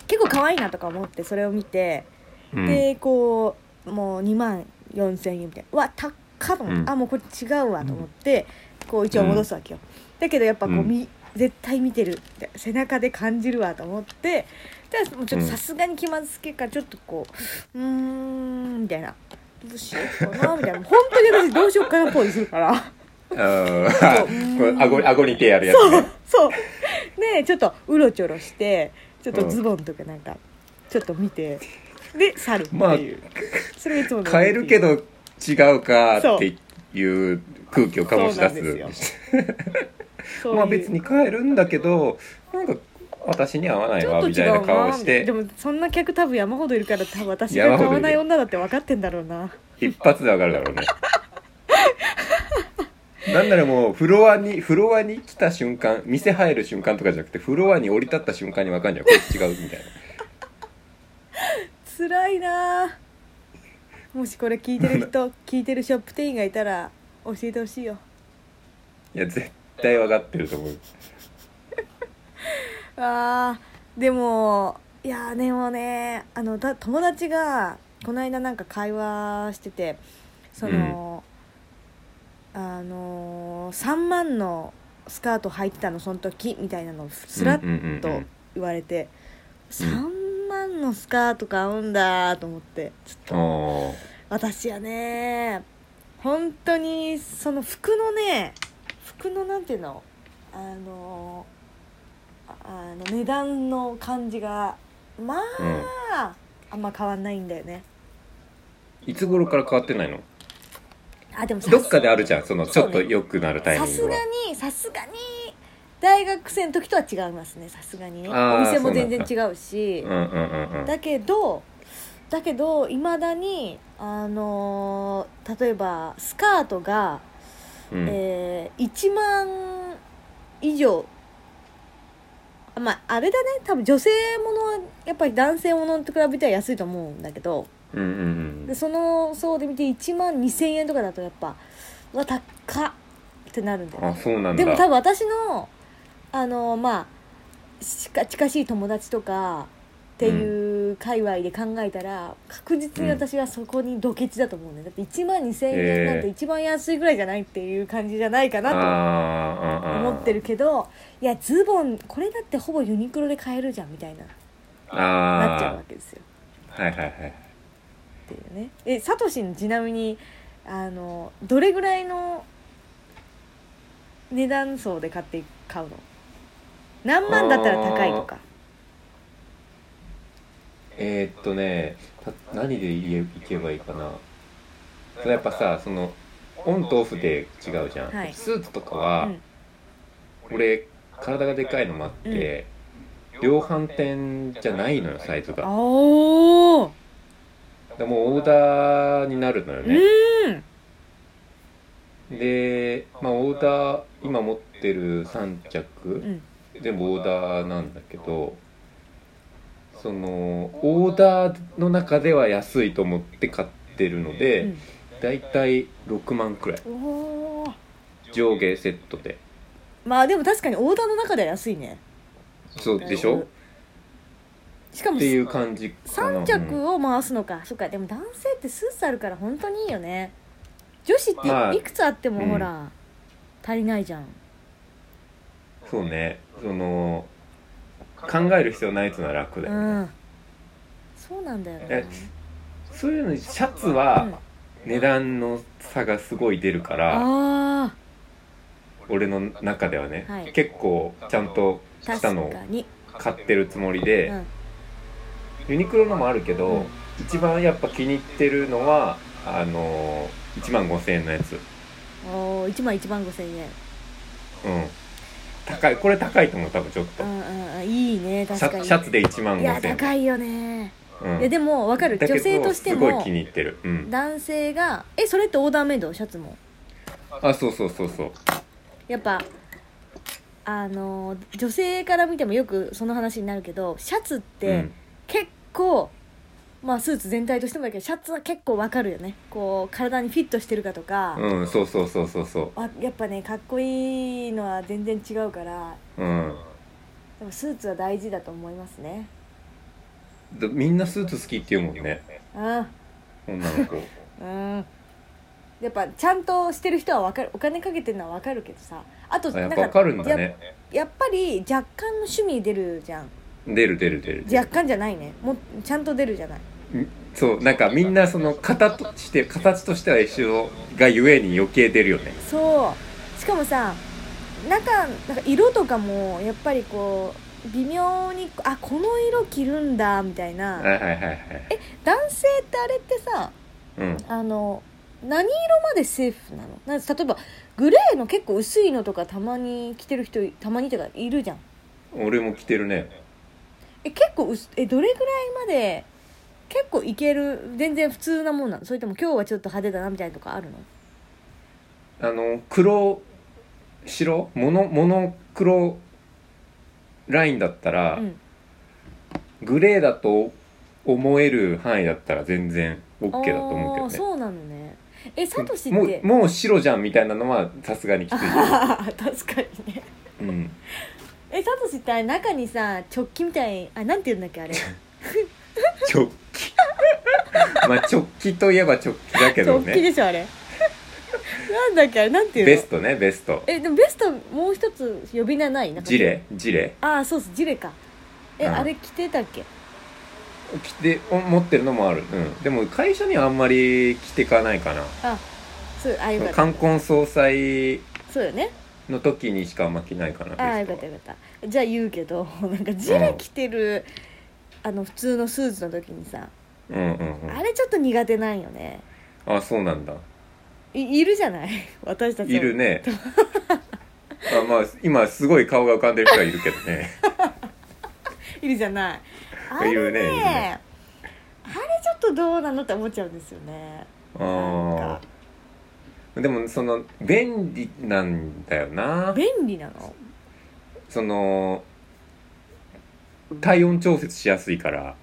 Speaker 3: 結構可愛いなとか思ってそれを見て、
Speaker 2: うん
Speaker 3: でこうもう2万4,000円みたいなうわ高っと思って、
Speaker 2: うん
Speaker 3: あもうこれ違うわと思って、こう一応戻すわけよ、だけどやっぱこう、
Speaker 2: うん
Speaker 3: み絶対見てるって背中で感じるわと思ってただもうちょっと
Speaker 2: うん
Speaker 3: さすがに気まずけからちょっとこううーんみたいなどうしようかなみたいな本当に私どうしようかなポーズするから。
Speaker 2: あ
Speaker 3: うん
Speaker 2: これ顎に顎に手やるやつ
Speaker 3: そ
Speaker 2: ね
Speaker 3: う [laughs] そうでちょっとうろちょろしてちょっとズボンとかなんかちょっと見てで去るって
Speaker 2: まあ
Speaker 3: いう、それがいつもの
Speaker 2: 変えるけど違うか
Speaker 3: そう
Speaker 2: っていう空気を醸し出
Speaker 3: そうなんですそういう
Speaker 2: まあ別に変えるんだけどなんか私には合わない
Speaker 3: ちょっ
Speaker 2: わ
Speaker 3: と
Speaker 2: みた
Speaker 3: 違
Speaker 2: いな
Speaker 3: う
Speaker 2: 顔
Speaker 3: な
Speaker 2: をし
Speaker 3: で
Speaker 2: て
Speaker 3: もそんな客多分山ほどいるから多分私が買わない女だって分かってんだろうな
Speaker 2: 一発でわかるだろうねなんならもうフロアにフロアに来た瞬間店入る瞬間とかじゃなくてフロアに降り立った瞬間にわかんじゃんこれ違うみたいな
Speaker 3: 辛いなもしこれ聞いてる
Speaker 2: [laughs]
Speaker 3: 人聞いてるショップ店員がいたら教えてほしいよ
Speaker 2: いや絶対わかってると思う
Speaker 3: あーでもいやーでもねあのた友達がこの間なんか会話しててその、あのー3万のスカート履いてたのその時みたいなのをスラッ
Speaker 2: ッ
Speaker 3: と言われて、
Speaker 2: うん
Speaker 3: 3万のスカート買うんだと思ってちょっと
Speaker 2: あ
Speaker 3: 私はね本当にその服のね服のなんていうのあのああの値段の感じがま
Speaker 2: あうん
Speaker 3: ああんま変わんないんだよね
Speaker 2: いつ頃から変わってないの
Speaker 3: あでもさ
Speaker 2: どっかであるじゃんそのちょっ
Speaker 3: そ
Speaker 2: と
Speaker 3: うね
Speaker 2: 良くなるタイ
Speaker 3: さ
Speaker 2: ミン
Speaker 3: す
Speaker 2: グ
Speaker 3: が
Speaker 2: は
Speaker 3: にさすがに大学生の時とは違いますねさすがにね
Speaker 2: あー
Speaker 3: お店も
Speaker 2: そうなん
Speaker 3: 全
Speaker 2: だ
Speaker 3: 然違うし
Speaker 2: うんうんうんうん
Speaker 3: だけどだけどいまだにあのー例えばスカートが
Speaker 2: うん
Speaker 3: えー、1万以上あまああれだね多分女性ものはやっぱり男性ものと比べては安いと思うんだけど
Speaker 2: うんうんう
Speaker 3: で
Speaker 2: ん
Speaker 3: その層で見て1万2000円とかだとやっぱうわ高っってなるんだよね
Speaker 2: あそうなんだ
Speaker 3: でも多分私のあのまあしか近しい友達とかっていう界隈で考えたら、確実に私はそこにドケチだと思うんだよだって1万2000円なんて
Speaker 2: へ
Speaker 3: 一番安いぐらいじゃないっていう感じじゃないかな
Speaker 2: あ
Speaker 3: と
Speaker 2: ーあーあー
Speaker 3: 思ってるけどいやズボンこれだってほぼユニクロで買えるじゃんみたいななっちゃうわ
Speaker 2: あ
Speaker 3: けですよ
Speaker 2: あはいはいはい
Speaker 3: っていうねえサトシンちなみにあのどれぐらいの値段層で買って買うの何万だったら高いとか
Speaker 2: えーっとねた何で言えいけばいいかなやっぱさそのオンとオフで違うじゃん、
Speaker 3: はい
Speaker 2: スーツとかは、
Speaker 3: うん
Speaker 2: 俺体がでかいのもあって、量販店じゃないのよサイズ
Speaker 3: あ
Speaker 2: が
Speaker 3: おー
Speaker 2: でもうオーダーになるのよ
Speaker 3: う
Speaker 2: ね、
Speaker 3: ん
Speaker 2: で、まあ、オーダー今持ってる3
Speaker 3: う
Speaker 2: 着、
Speaker 3: ん
Speaker 2: 全部オーダーなんだけどそのオーダーの中では安いと思って買ってるので、だいたい6万くらい
Speaker 3: うんおー
Speaker 2: 上下セットで
Speaker 3: まあでも確かにオーダーの中では安いね
Speaker 2: そうでしょ
Speaker 3: しかも
Speaker 2: っていう感じか
Speaker 3: 3
Speaker 2: な
Speaker 3: 着を回すのかそっかでも男性ってスーツあるから本当にいいよね女子
Speaker 2: ま
Speaker 3: っ
Speaker 2: あ
Speaker 3: ていくつあっても
Speaker 2: うん
Speaker 3: ほら、足りないじゃん
Speaker 2: そうねその考える必要ないっていうのは楽だ
Speaker 3: う
Speaker 2: よね、
Speaker 3: んそうなんだよね
Speaker 2: えそういうのにシャツは値段の差がすごい出るから、
Speaker 3: あ
Speaker 2: 俺の中ではね、
Speaker 3: はい
Speaker 2: 結構ちゃんと
Speaker 3: あ
Speaker 2: し
Speaker 3: 確
Speaker 2: たのを
Speaker 3: かに
Speaker 2: 買ってるつもりで、
Speaker 3: うん
Speaker 2: ユニクロのもあるけど、
Speaker 3: うん
Speaker 2: 一番やっぱ気に入ってるのはあの1万5000円のやつうん
Speaker 3: おお1万1万5千円
Speaker 2: 高いこれ高いと思う多分ちょっ
Speaker 3: う
Speaker 2: と
Speaker 3: んうんうんいいね
Speaker 2: シ
Speaker 3: 確か
Speaker 2: ャ
Speaker 3: に
Speaker 2: シャツで1万
Speaker 3: いや
Speaker 2: 5000円
Speaker 3: 高いよね、
Speaker 2: うん
Speaker 3: いやでも分かる
Speaker 2: だけ
Speaker 3: 女
Speaker 2: ど
Speaker 3: 性として
Speaker 2: すごい
Speaker 3: も
Speaker 2: 気に入ってる、うん、
Speaker 3: 男性がえそれってオーダーメイドシャツも
Speaker 2: あそうそうそうそう
Speaker 3: やっぱあのー女性から見てもよくその話になるけどシャツっ
Speaker 2: う
Speaker 3: て
Speaker 2: ん
Speaker 3: 結構、まあスーツ全体としてもだけどシャツは結構わかるよねこう体にフィットしてるかとか、
Speaker 2: うん、そうそうそうそうそ
Speaker 3: あやっぱねかっこいいのは全然違うから
Speaker 2: う、うん、
Speaker 3: でもスーツは大事だと思いますね
Speaker 2: でみんなスーツ好きって言うもんね
Speaker 3: うん
Speaker 2: 女の子 [laughs]
Speaker 3: うんやっぱちゃんとしてる人はわかるお金かけてるのはわかるけどさあと
Speaker 2: あ
Speaker 3: な
Speaker 2: や
Speaker 3: ん
Speaker 2: っ
Speaker 3: か
Speaker 2: ぱわかるんだね
Speaker 3: ややっぱり若干の趣味出るじゃん
Speaker 2: 出る出る出る
Speaker 3: 若干じゃないねもうちゃんと出るじゃない
Speaker 2: そうなんかみんなその型として形としては一緒がゆえに余計出るよね
Speaker 3: そうしかもさ中なんか色とかもやっぱりこう微妙にあこの色着るんだみたい
Speaker 2: は
Speaker 3: ない
Speaker 2: はいはいはい
Speaker 3: 男性ってあれってさ
Speaker 2: うん
Speaker 3: あの何色までセーフなのなんか例えばグレーの結構薄いのとかたまに着てる人たまにというかいるじゃん
Speaker 2: 俺も着てるね
Speaker 3: え結構薄えどれぐらいまで結構いける全然普通なもんなのそれとも今日はちょっと派手だなみたいなとかあるの
Speaker 2: あの黒白モノモノ黒ラインだったら、
Speaker 3: うん
Speaker 2: グレーだと思える範囲だったら全然 OK だと思うけ
Speaker 3: あ
Speaker 2: ど
Speaker 3: ー
Speaker 2: ね
Speaker 3: そうなのねえサトシっ
Speaker 2: も
Speaker 3: て
Speaker 2: うもう白じゃんみたいなのはさすが
Speaker 3: [laughs]
Speaker 2: にきついけど
Speaker 3: あー確かにね
Speaker 2: うん
Speaker 3: えサトシってあれ中にさ直帰みたいあなんて言うんだっけあれ
Speaker 2: 直帰 [laughs] まあ直帰といえば直帰だけど
Speaker 3: 直帰
Speaker 2: ね
Speaker 3: でしょあ
Speaker 2: [laughs]
Speaker 3: れなんだっけあれなんて言うの
Speaker 2: ベストねベスト
Speaker 3: えでもベストもう一つ呼び名ないなんか
Speaker 2: ジレジレ
Speaker 3: ああそうっすジレかえ、
Speaker 2: うん
Speaker 3: あれ着てたっけ
Speaker 2: 着てお持ってるのもある、うん、でも会社にはあんまり着てかないかな
Speaker 3: あそうあよかった
Speaker 2: 冠婚葬祭
Speaker 3: そうよね
Speaker 2: の時にしかあんま着ないかな
Speaker 3: ああよか
Speaker 2: ベ
Speaker 3: っ
Speaker 2: スト
Speaker 3: た
Speaker 2: は
Speaker 3: よかったじゃあ言うけど [laughs] なんかジレ着てる、あの普通のスーツの時にさ
Speaker 2: うんうんうん
Speaker 3: あれちょっと苦手なんよね
Speaker 2: あそうなんだ
Speaker 3: いいるじゃない [laughs] 私たち
Speaker 2: いるね [laughs] あまあ今すごい顔が浮かんでる人はいるけど
Speaker 3: [laughs]
Speaker 2: ね
Speaker 3: いるじゃないあ
Speaker 2: い
Speaker 3: れね
Speaker 2: るねいるね
Speaker 3: あれちょっとどうなのって思っちゃうんですよね
Speaker 2: ああでもその便利なんだよな
Speaker 3: 便利なの
Speaker 2: その体温調節しやすいから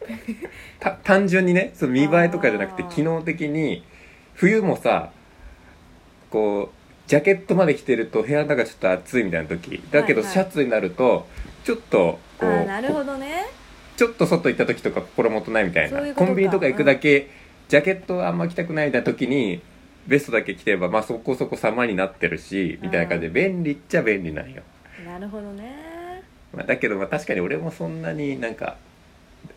Speaker 3: [laughs]
Speaker 2: た単純にねその見栄えとかじゃなくて
Speaker 3: あー
Speaker 2: 機能的に冬もさこうジャケットまで着てると部屋の中ちょっと暑いみたいな時だけど
Speaker 3: はいはい
Speaker 2: シャツになるとちょっと
Speaker 3: あ
Speaker 2: こう
Speaker 3: ーなるほどね
Speaker 2: ちょっと外行った時とか心もとないみたいな
Speaker 3: そういうこと
Speaker 2: コ
Speaker 3: か
Speaker 2: ンビニとか行くだけ、ジャケットあんま着たくないみたいな時にベストだけ着てればまあそこそこ様になってるしみたいな感じで便利っちゃ便利なんよ。
Speaker 3: なるほどね
Speaker 2: まあ、だけどまあ確かに俺もそんなになんか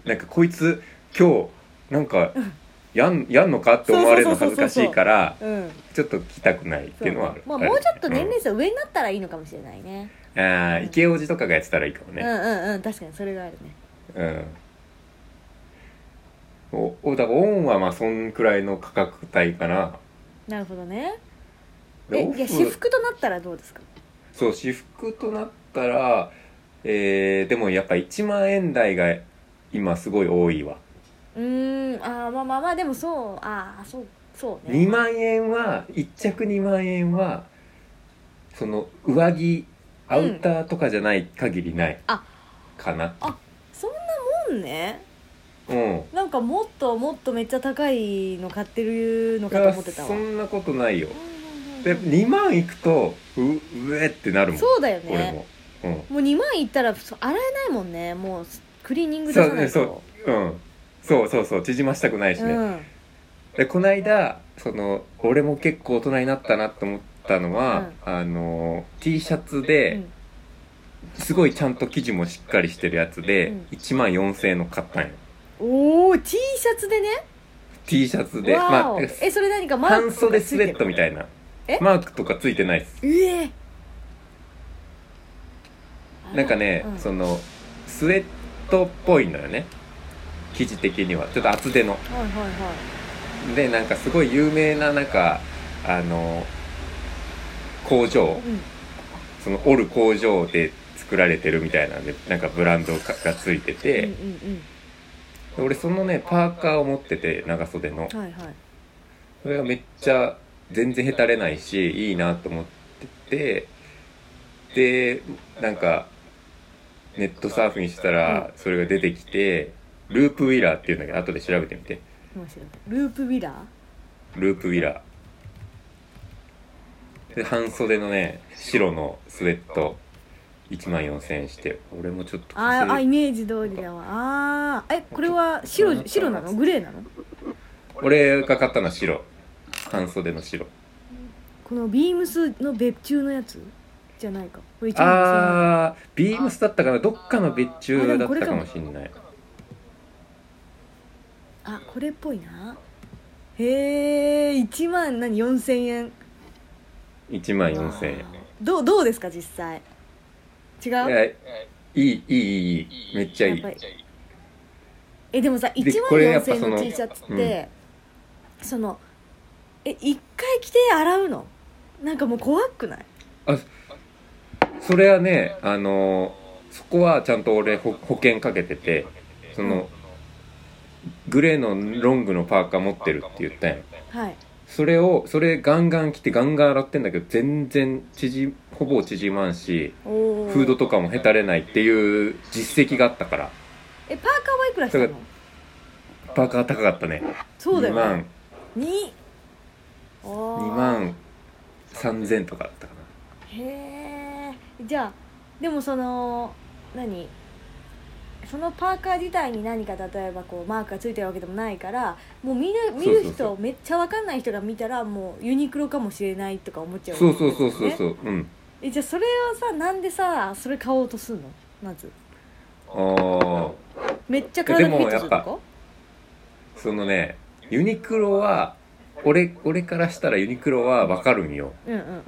Speaker 2: なんかこいつ今日なんかやんやんのかって思われるの恥ずかしいから
Speaker 1: うん
Speaker 2: ちょっと来たくないっていうのはある
Speaker 3: まあ、もうちょっと年齢層上になったらいいのかもしれないね
Speaker 2: うんああ池王子とかがやってたらいいかも
Speaker 3: うん
Speaker 2: ね
Speaker 3: うんうん確かにそれがあるね
Speaker 2: うんおおだからオンはまあそんくらいの価格帯かな
Speaker 3: なるほどね
Speaker 2: で
Speaker 3: え
Speaker 2: オフ
Speaker 3: いや私服となったらどうですか
Speaker 2: そう私服となったらえー、でもやっぱ1万円台が今すごい多いわ
Speaker 3: うーんあーまあまあまあでもそうああそうそうね
Speaker 2: 2万円は1着2万円はその上着アウターとかじゃない限りない、
Speaker 3: あ
Speaker 2: かな
Speaker 3: そんなもんね
Speaker 2: うん
Speaker 3: なんかもっともっとめっちゃ高いの買ってるの
Speaker 2: い
Speaker 3: かと
Speaker 2: や
Speaker 3: 思ってたわ
Speaker 2: そんなことないよ
Speaker 3: うんう
Speaker 2: で
Speaker 3: んうん
Speaker 2: 2万いくとううえってなるもん
Speaker 3: そうだよ
Speaker 2: 俺
Speaker 3: ね
Speaker 2: もうん
Speaker 3: もう2万いったらそう洗えないもんねもうクリーニング出さないと
Speaker 2: そうねうんそうそうそう縮ましたくないしね、
Speaker 3: うん
Speaker 2: でこの間その俺も結構大人になったなと思ったのは、あの T シャツ
Speaker 3: う
Speaker 2: で
Speaker 3: ん
Speaker 2: すごいちゃんと生地もしっかりしてるやつで、
Speaker 3: うん
Speaker 2: 1万4000円の買ったんよ
Speaker 3: おお T シャツでね
Speaker 2: T シャツで、
Speaker 3: わ
Speaker 2: ま
Speaker 3: お
Speaker 2: あ、
Speaker 3: えそれ何かマーク
Speaker 2: 半袖スウェットみたいな
Speaker 3: え
Speaker 2: マークとかついてないです
Speaker 3: ええ
Speaker 2: なんかね、
Speaker 3: うん
Speaker 2: そのスウェットっぽいんだよね生地的にはちょっと厚手の
Speaker 3: はいはいはい
Speaker 2: でなんかすごい有名ななんかあの工場
Speaker 3: う
Speaker 2: その織る工場で作られてるみたいなんでなんかブランドががついて
Speaker 3: ん
Speaker 2: て、
Speaker 3: うん
Speaker 2: で俺そのねパーカーを持ってて長袖の
Speaker 3: うんはいはい
Speaker 2: それがめっちゃ全然へたれないしいいなと思っててでなんかネットサーフィンしたらそれが出てきて、ループウィラーっていうんだけど後で調べてみて
Speaker 3: 面白いループウィラー
Speaker 2: ループウィラーで半袖のね白のスウェット1万4000円して俺もちょっと
Speaker 3: あーあイ
Speaker 2: 稼い
Speaker 3: メージ通りだわあーえこれは白白なのグレーなの
Speaker 2: 俺が買ったのは白半袖の白
Speaker 3: このビームスの別注のやつじゃないかこれ1万
Speaker 2: あービームスだったかなどっかの別注だったかもしんない
Speaker 3: あこれっぽいなへえ1万何4000円
Speaker 2: 1万4000円
Speaker 3: どうどうですか実際違
Speaker 2: いうやいいいいいいいいめっちゃいい
Speaker 3: やっぱりえでもさ1万
Speaker 2: これやっぱ
Speaker 3: 4000円の
Speaker 2: その
Speaker 3: T シャツってその,、え一回着て洗うのなんかもう怖くない
Speaker 2: それはねあのーそこはちゃんと俺保保険かけててその、グレーのロングのパーカー持ってるって言ったやん
Speaker 3: はい
Speaker 2: それをそれガンガン着てガンガン洗ってんだけど全然縮ほぼ縮まんし
Speaker 3: おー
Speaker 2: フードとかもへたれないっていう実績があったから
Speaker 3: えパーカーはいくらした
Speaker 2: だ
Speaker 3: の
Speaker 2: かパーカー高かったね
Speaker 3: そうだ
Speaker 2: 2
Speaker 3: よね
Speaker 2: 万
Speaker 3: 2あー
Speaker 2: 2万3000とかだったか
Speaker 3: へえじゃあでもその何そのパーカー自体に何か例えばこうマークがついてるわけでもないからもう見る見る
Speaker 2: そう
Speaker 3: 人
Speaker 2: そう
Speaker 3: めっちゃわかんない人が見たらもうユニクロかもしれないとか思っちゃ
Speaker 2: な
Speaker 3: う
Speaker 2: そうそうそうそう
Speaker 3: う
Speaker 2: そううん
Speaker 3: えじゃあそれをさなんでさそれ買おうとすんのまず
Speaker 2: ああ
Speaker 3: めっちゃ体に
Speaker 2: で
Speaker 3: フィ
Speaker 2: も
Speaker 3: ットすると
Speaker 2: やっ
Speaker 3: か
Speaker 2: そのねユニクロは俺俺からしたらユニクロはわかるんよ
Speaker 3: うんうん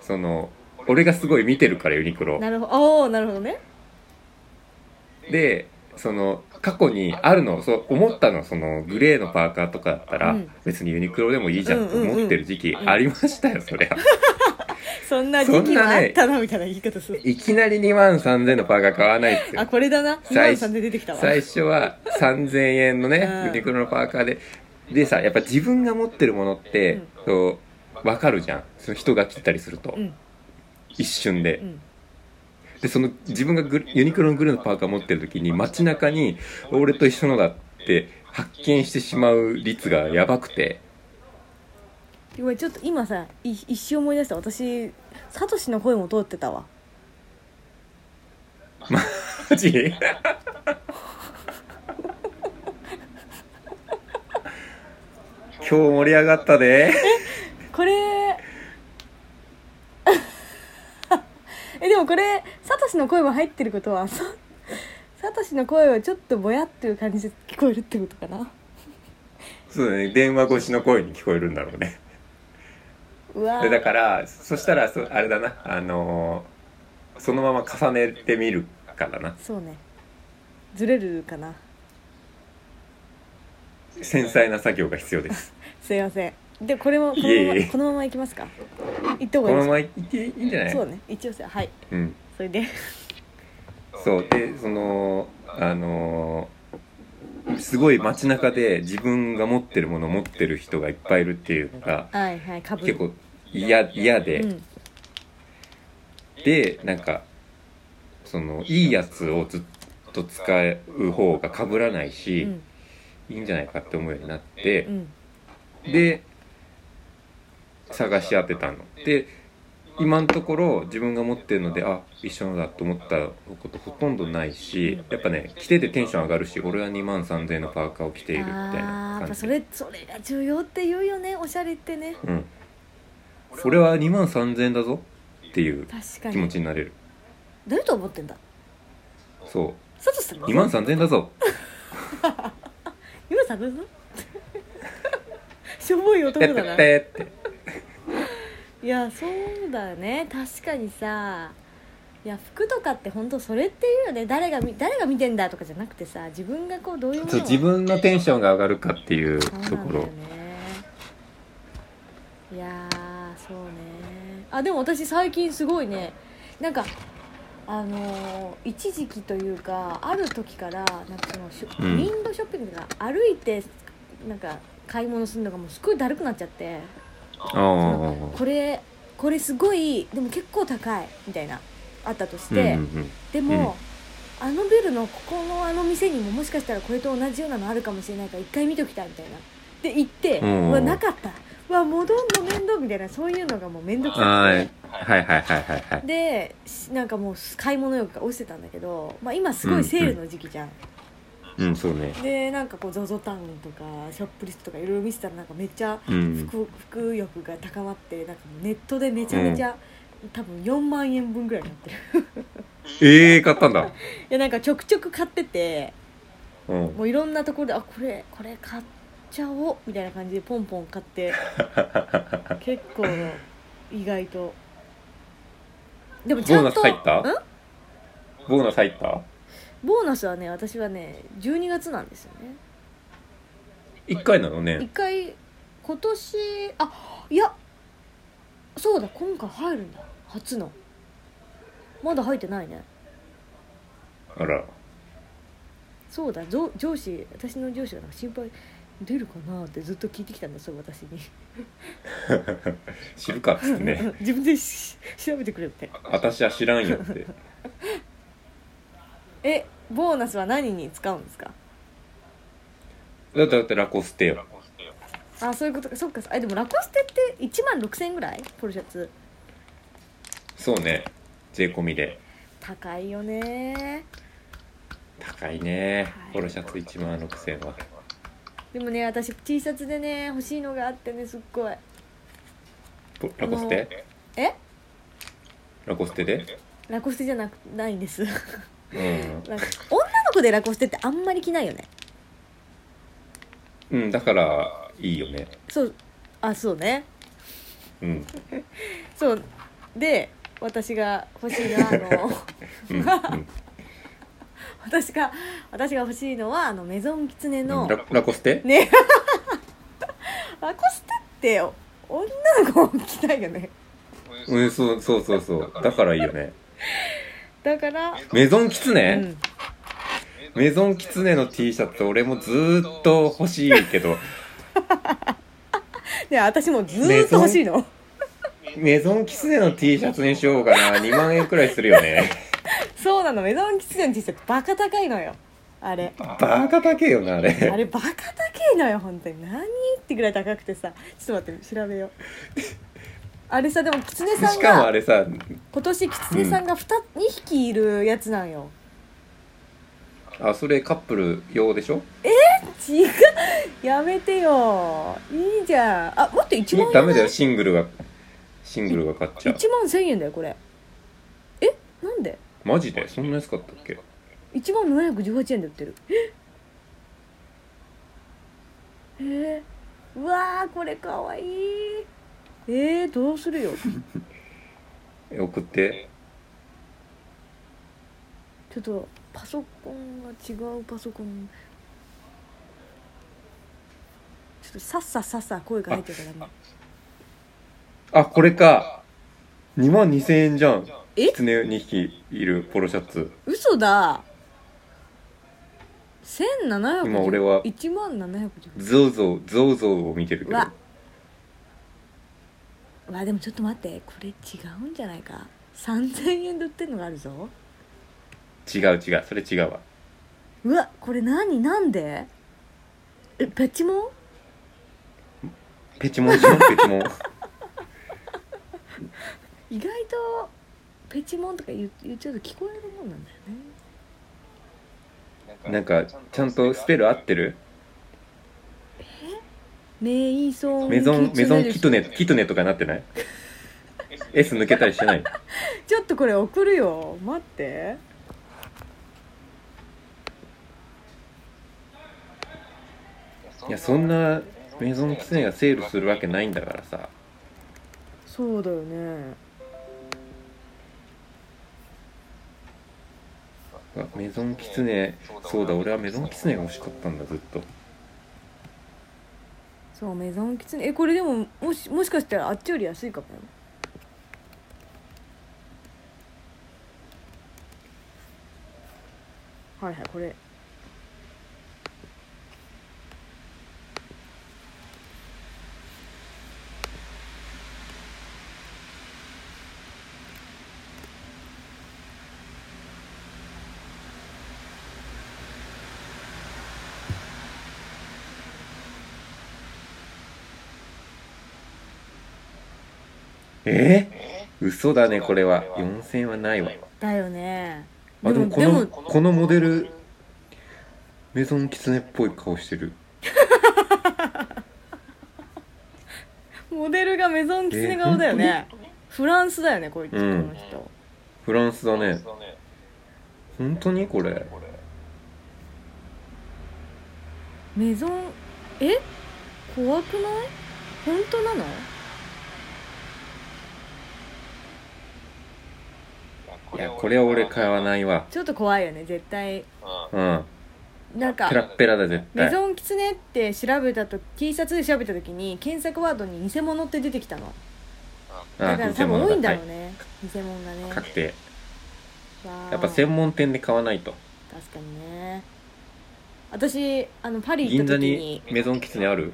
Speaker 2: その俺がすごい見てるからユニク
Speaker 3: う
Speaker 2: ロ
Speaker 3: んなるほどおおなるほどね
Speaker 2: でその過去にあるのそう思ったのそのグレーのパーカーとかだったら、
Speaker 3: うん
Speaker 2: 別にユニクロでもいいじゃんと思ってる時期
Speaker 3: ん
Speaker 2: ありましたよそりゃ
Speaker 3: そんな時期があったなみたいな言い方する、
Speaker 2: いきなり2万3000のパーカー買わないです
Speaker 3: あ
Speaker 2: よ
Speaker 3: これだな2万
Speaker 2: 最初
Speaker 3: 3で出てきたわ
Speaker 2: 最初は3000円のね、
Speaker 3: うん
Speaker 2: ユニクロのパーカーででさやっぱ自分が持ってるものって、そう分かるじゃんその人が来たりすると、
Speaker 3: うん
Speaker 2: 一瞬で、
Speaker 3: うん
Speaker 2: でその自分がグルユニクロのグルーのパーカー持ってる時に街中に俺と一緒のだって発見してしまう率がやばくて
Speaker 3: ごめんちょっと今さい一瞬思い出した私サトシの声も通ってたわ
Speaker 2: マジ今日盛り上がったで
Speaker 3: これえでもこれサトシの声も入ってることはさサトシの声はちょっとぼやっていう感じで聞こえるってことかな
Speaker 2: そうだね電話越しの声に聞こえるんだろうね
Speaker 4: うわ
Speaker 2: でだからそしたらそあれだなあのーそのまま重ねてみるからな
Speaker 3: そうねずれるかな
Speaker 2: 繊細な作業が必要です
Speaker 3: すいませんでこれもこの
Speaker 2: いえ
Speaker 3: ま
Speaker 2: いえ
Speaker 3: まこのままいきますか行った方
Speaker 2: こ
Speaker 3: がいいで
Speaker 2: のます
Speaker 3: か
Speaker 2: まいっていいんじゃない
Speaker 3: そうね一応さはい
Speaker 2: うん
Speaker 3: それで
Speaker 2: そうでそのあのーすごい街中で自分が持ってるものを持ってる人がいっぱいいるっていうのが
Speaker 3: はいはいかぶ
Speaker 2: 結構嫌嫌で、
Speaker 3: うん
Speaker 2: でなんかそのいいやつをずっと使う方が被らないうし、
Speaker 3: ん
Speaker 2: いいんじゃないかって思うようになって
Speaker 3: う、ん
Speaker 2: で探し当てたので今のところ自分が持ってるのであ一緒のだと思ったことほとんどないしやっぱね着ててテンション上がるし俺は2万3000円のパーカーを着ているみたい
Speaker 3: あー
Speaker 2: な
Speaker 3: やっ
Speaker 2: 感
Speaker 3: ぱ
Speaker 2: じ
Speaker 3: それそれが重要って言うよねおしゃれってね
Speaker 2: うん、それは2万3000円だぞっていう
Speaker 3: 確か
Speaker 2: 気持
Speaker 3: に
Speaker 2: ちになれる
Speaker 4: 誰と思ってんだ
Speaker 2: そ
Speaker 3: 佐藤さん
Speaker 2: う2万3000円だ
Speaker 3: [laughs]
Speaker 2: ぞ
Speaker 3: 今さどうぞしょぼい
Speaker 2: て
Speaker 3: 男
Speaker 2: っ
Speaker 3: だ
Speaker 2: てっ
Speaker 3: な
Speaker 2: てって
Speaker 3: いやそうだね確かにさいや服とかって本当それっていうよね誰がみ誰が見てんだとかじゃなくてさ自分がこうどういうも
Speaker 2: そう
Speaker 3: のを
Speaker 2: 自分のテンションが上がるかっていう
Speaker 3: そう
Speaker 2: と
Speaker 3: なん
Speaker 2: こ
Speaker 3: だよ
Speaker 2: ろ
Speaker 3: ねいやーそうねあでも私最近すごいねなんかあのー一時期というかある時からなんかそのショ、
Speaker 2: うん
Speaker 3: ウィンドウショッピングが歩いてなんか買い物するのがもうすごいだるくなっちゃって
Speaker 2: あ
Speaker 3: これこれすごいでも結構高いみたいなあったとし
Speaker 2: あ
Speaker 3: て、
Speaker 2: うんうん
Speaker 3: でも、あのビルのここのあの店にももしかしたらこれと同じようなのあるかもしれないから一回見ときたいみたいなで行って、う
Speaker 2: うん
Speaker 3: わなかったうわ戻んの面倒みたいなそういうのがもう面倒く
Speaker 2: うんは
Speaker 3: さ
Speaker 2: い
Speaker 3: く
Speaker 2: はいはいはいはいはい
Speaker 3: てでしなんかもう買い物欲が落ちてたんだけど、まあ、今すごいセールの時期じゃん、
Speaker 2: うんそうね
Speaker 3: でなんかこう ZOZO タウンとかショップリストとかいろいろ見てたらなんかめっちゃ
Speaker 2: うん
Speaker 3: 服服欲が高まってなんかもうネットでめちゃめちゃ、多分4万円分ぐらいになってる [laughs]
Speaker 2: ええ買ったんだ
Speaker 3: いやなんかちょくちょく買ってて
Speaker 2: うん
Speaker 3: [laughs] もういろんなところであこれこれ買っちゃおうみたいな感じでポンポン買って結構意外とでもちゃんと
Speaker 2: ボーナス入った
Speaker 3: ん
Speaker 2: ボーナス入った
Speaker 3: ボーナスはね私はね12月なんですよね
Speaker 2: 一回なの
Speaker 3: 一
Speaker 2: ね
Speaker 3: 回今年あいやそうだ今回入るんだ初のまだ入ってないね
Speaker 2: あら
Speaker 3: そうだ上上司私の上司がなんか心配出るかなってずっと聞いてきたんだそう私に
Speaker 2: 知るかっつってね
Speaker 3: [laughs] 自分でし調べてくれって
Speaker 2: 私は知らんよって
Speaker 3: えボーナスは何に使うんですか
Speaker 2: だってだってラコステよ
Speaker 3: あそういうことかそっかあでもラコステって1万6000円ぐらいポロシャツ
Speaker 2: そうね税込みで
Speaker 3: 高いよね
Speaker 2: 高いね
Speaker 3: はい
Speaker 2: ポロシャツ1万6000円は
Speaker 3: でもね私 T シャツでね欲しいのがあってねすっごい
Speaker 2: ポラコステ
Speaker 3: え
Speaker 2: ラコステで
Speaker 3: ラコステじゃなくないんです [laughs]
Speaker 2: う
Speaker 3: なんか女の子でラコステってあんまり着ないよね
Speaker 2: ん、うん、だからいいよね
Speaker 3: そうあそうね
Speaker 2: うん
Speaker 3: そうで私が欲しいのはあの
Speaker 2: うんうん
Speaker 3: 私が私が欲しいのはあのメゾンキツネの、
Speaker 2: ララコステ
Speaker 3: ねラコステってお女の子も着ないよね
Speaker 2: うんそうそうそうそうだからいいよね
Speaker 3: だから
Speaker 2: メゾンキツ
Speaker 3: う
Speaker 2: ネ、
Speaker 3: ん
Speaker 2: メゾンキツネの T シャツ俺もずーっと欲しいけど [laughs]
Speaker 3: ね私もずーっと欲しいの
Speaker 2: メゾンキツネの T シャツにしようかな2万円くらいするよね [laughs]
Speaker 3: そうなのメゾンキツネの T シャツバカ高いのよあれ
Speaker 2: バカ高えよなあ
Speaker 3: あ
Speaker 2: れ
Speaker 3: れバカ高いのよ本当に何ってぐらい高くてさちょっと待って調べようあれさでもキツネさん
Speaker 2: しかもあ
Speaker 3: が
Speaker 2: れさ
Speaker 3: 今年キツネさんが 2, 二匹いるやつなんよ
Speaker 2: あそれカップル用でしょ
Speaker 3: 違うやめてよいいじゃんあ待って1万円
Speaker 2: ダメだよシングルがシングルが買っちゃう
Speaker 3: 1万1000円だよこれえなんで
Speaker 2: マジでそんな安かったっけ
Speaker 3: 1万718円で売ってるええー
Speaker 5: わーこれかわいい
Speaker 3: えー、どうするよ
Speaker 2: え送って
Speaker 3: ちょっとパソコンが違うパソコンちょっとさっささっさ声が入ってたらダメ
Speaker 2: あこれか2万2000円じゃん
Speaker 3: え
Speaker 2: キツネ2匹いるポロシャツ
Speaker 3: 嘘だ1700
Speaker 2: 今俺は
Speaker 3: 1万700じ
Speaker 2: ゾウゾウゾウゾウを見てるけど
Speaker 3: わゃんわでもちょっと待ってこれ違うんじゃないか3000円で売ってるのがあるぞ
Speaker 2: 違う違うそれ違うわ
Speaker 3: うわこれ何なんでえペチモン
Speaker 2: ペチモンじ
Speaker 3: [laughs]
Speaker 2: ゃんペチモン
Speaker 3: 意外とペチモンとか言う言っちゃうと聞こえるもんなんだよね
Speaker 2: なんかちゃんとスペル合ってる
Speaker 3: メイソン
Speaker 2: メゾン
Speaker 3: キ
Speaker 2: メ
Speaker 3: ツ
Speaker 2: ゾ
Speaker 3: ネ
Speaker 2: ン
Speaker 3: です
Speaker 2: キトネキトネとかなってない S 抜けたりしてない
Speaker 3: ちょっとこれ送るよ待って
Speaker 2: いやそんなメゾンキツネがセールするわけないんだからさ
Speaker 3: そうだよね
Speaker 2: うわメゾンキツネそうだ俺はメゾンキツネが欲しかったんだずっと
Speaker 3: そうメゾンキツネえこれでももしもしかしたらあっちより安いかもよはいはいこれ
Speaker 2: えー、嘘だねこれは4000円はないわ
Speaker 3: だよね
Speaker 2: あでもこの
Speaker 3: でも
Speaker 2: このモデルメゾンキツネっぽい顔してる
Speaker 3: モデルがメゾンキツネ顔だよね、フランスだよねこいつ、
Speaker 2: うん
Speaker 3: この人
Speaker 2: フランスだね本当にこれ
Speaker 3: メゾンえ怖くない本当なの
Speaker 2: いやこれは俺買わないわ
Speaker 3: ちょっと怖いよね絶対
Speaker 2: うん
Speaker 3: なんか
Speaker 2: ペラッペラだ絶
Speaker 3: メ
Speaker 2: 対
Speaker 3: ゾンキツネって調べたと T シャツで調べた時に検索ワードに偽物って出てきたのだから
Speaker 2: あ偽
Speaker 3: 多分
Speaker 2: 物
Speaker 3: 多いん
Speaker 2: だ
Speaker 3: だ
Speaker 2: はい
Speaker 3: ろうね偽物がね
Speaker 2: 確定
Speaker 3: わあ
Speaker 2: やっぱ専門店で買わないと
Speaker 3: 確かにね私あのパリ行
Speaker 2: 銀
Speaker 3: った
Speaker 2: 座
Speaker 3: 時
Speaker 2: に
Speaker 3: に
Speaker 2: メゾンキツネある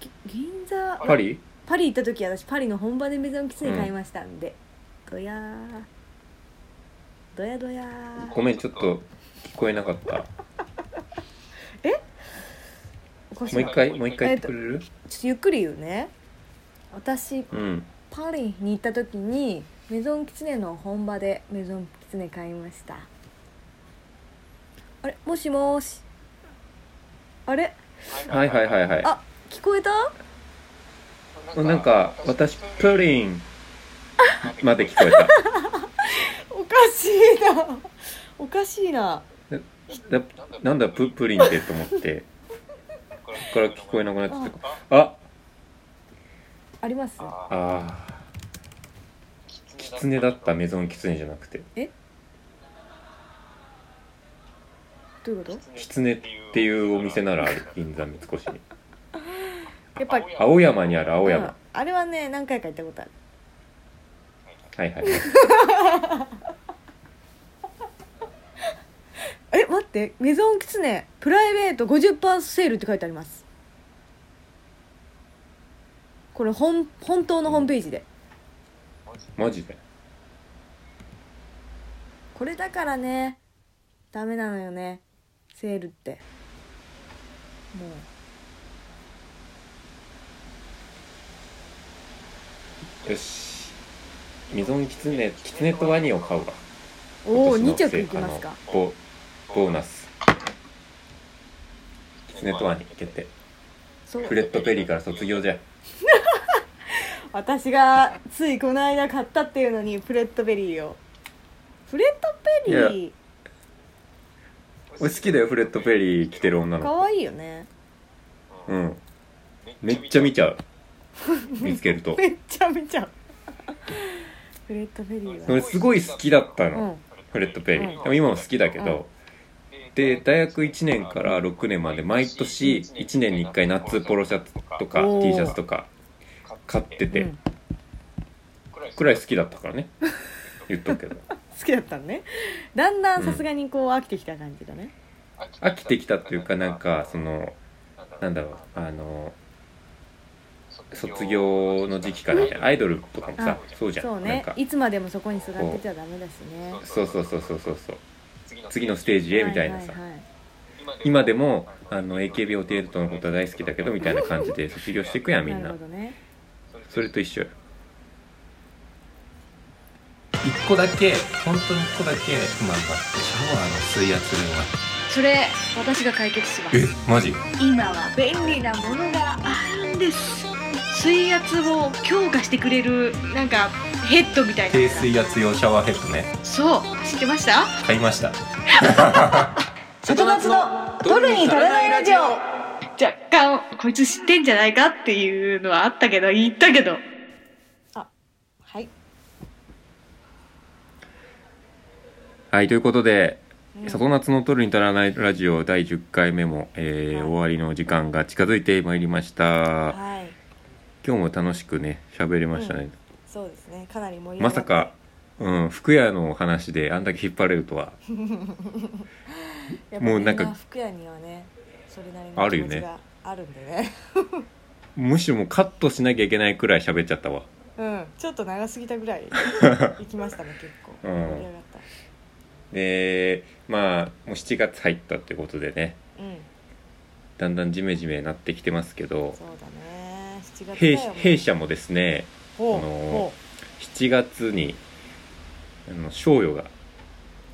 Speaker 3: ぎ銀座
Speaker 2: パリ
Speaker 3: パリ行った時私パリの本場でメゾンキツネ買いましたんで、どやーどやどやー
Speaker 2: ごめんちょっと聞こえなかった
Speaker 3: おかしい
Speaker 2: もう
Speaker 3: な
Speaker 2: 一回もう一回言ってくれる
Speaker 3: ちょっとゆっくり言うね私
Speaker 2: うん
Speaker 3: パリに行った時にメゾンキツネの本場でメゾンキツネ買いましたあれもしもーしあれ
Speaker 2: はいはいはいはい
Speaker 3: あ聞こえた
Speaker 2: なんか私プリンまで聞こえた
Speaker 3: おかしいなおかしいな [laughs]
Speaker 2: だなんだププリンってと思ってここから聞こえなくなっちゃったあ
Speaker 3: あります
Speaker 2: ああーキツネだったメゾンキツネじゃなくて
Speaker 3: どういうこと
Speaker 2: キツネっていうお店ならある銀座三越に
Speaker 3: やっぱ
Speaker 2: 青山にある青
Speaker 3: うん
Speaker 2: 山
Speaker 3: あれはね何回か行ったことある
Speaker 2: はいはい
Speaker 3: え待ってメゾンキツネプライベート50%セールって書いてありますこれ本本当のホームページで
Speaker 2: マジで
Speaker 3: これだからねダメなのよねセールってもう
Speaker 2: よしメゾンキツネキツネとワニを買うわ
Speaker 3: おお
Speaker 2: 今年の
Speaker 3: 2着いきますか
Speaker 2: あのボボーナスキツネとワニ決定
Speaker 3: そう
Speaker 2: フレットペリーから卒業じゃ
Speaker 3: 私がついこの間買ったっていうのにフレットベリーをフレットベリ
Speaker 2: 俺好きだよフレットペリー着てる女
Speaker 3: ー
Speaker 2: の
Speaker 3: か
Speaker 2: 子
Speaker 3: わいいよね
Speaker 2: うんめっちゃ見ちゃう見つけ
Speaker 3: [laughs]
Speaker 2: ると
Speaker 1: めっちゃめちゃフレッド・ペリーは
Speaker 2: 俺すごい好きだった
Speaker 1: う
Speaker 2: の、
Speaker 1: ん
Speaker 2: フレッド・ペリー、
Speaker 1: うん
Speaker 2: でも今も好きだけど、で大学1年から6年まで毎年1年に1回夏ポロシャツとか
Speaker 1: おー
Speaker 2: T シャツとか買って
Speaker 1: う
Speaker 2: て
Speaker 1: ん
Speaker 2: くらい好きだったからね言っとくけど
Speaker 1: 好きだったのねだんだんさすがにこう飽きてきた感じだね
Speaker 2: 飽きてきたというかなんかそのなんだろうあの卒業の時期からみたいなアイドルとかもさそうじゃん
Speaker 1: そう
Speaker 2: なん
Speaker 1: ね
Speaker 2: か
Speaker 1: いつまでもそこにすがってちゃダメだしね
Speaker 2: そうそうそうそうそうそう次のステージへみたいなさ、
Speaker 1: はいはいはい
Speaker 2: 今でもあの AKB48 のことは大好きだけどみたいな感じで卒業していくやんみん
Speaker 1: な
Speaker 2: な
Speaker 1: るほどね
Speaker 2: それと一緒よ1個だけ本当に1個だけ不満があってシャワーの水圧量が
Speaker 6: それ私が解決します
Speaker 2: えマジ
Speaker 6: 今は便利なものがあるんです水圧を強化してくれるなんかヘッドみたいな
Speaker 2: 低
Speaker 6: やつ
Speaker 2: 水圧用シャワーヘッドね
Speaker 6: そう知ってました
Speaker 2: 買いました
Speaker 3: 里夏の取るに足らないラジオ
Speaker 6: 若干こいつ知ってんじゃないかっていうのはあったけど言ったけど
Speaker 3: はい
Speaker 2: はいということで「里夏の取るに足らないラジオ」第10回目も、えー
Speaker 3: はい
Speaker 2: 終わりの時間が近づいてまいりました
Speaker 3: はい
Speaker 2: 今日も楽しくね喋りましたね、
Speaker 3: そうですねかなり盛り上が
Speaker 2: ま
Speaker 3: って
Speaker 2: さかうん服屋の話であんだけ引っ張れ
Speaker 3: [laughs]
Speaker 2: るとは
Speaker 3: やっぱ
Speaker 2: もうなんか
Speaker 3: み服屋にはねそれなりの
Speaker 2: あるよね
Speaker 3: 気持ちがあるんでね [laughs]
Speaker 2: むしろもうカットしなきゃいけないくらい喋っちゃったわ
Speaker 3: うんちょっと長すぎたぐ
Speaker 2: [laughs]
Speaker 3: らい行きましたね結構
Speaker 2: うん
Speaker 3: 盛り上がった
Speaker 2: でまあもう7月入ったってことでね
Speaker 3: うん
Speaker 2: だんだんジメジメなってきてますけど
Speaker 3: そうだね7月
Speaker 2: 弊
Speaker 3: だよもう
Speaker 2: 弊社もですね
Speaker 3: ほう
Speaker 2: あのー
Speaker 3: ほ
Speaker 2: 7月にあの賞与が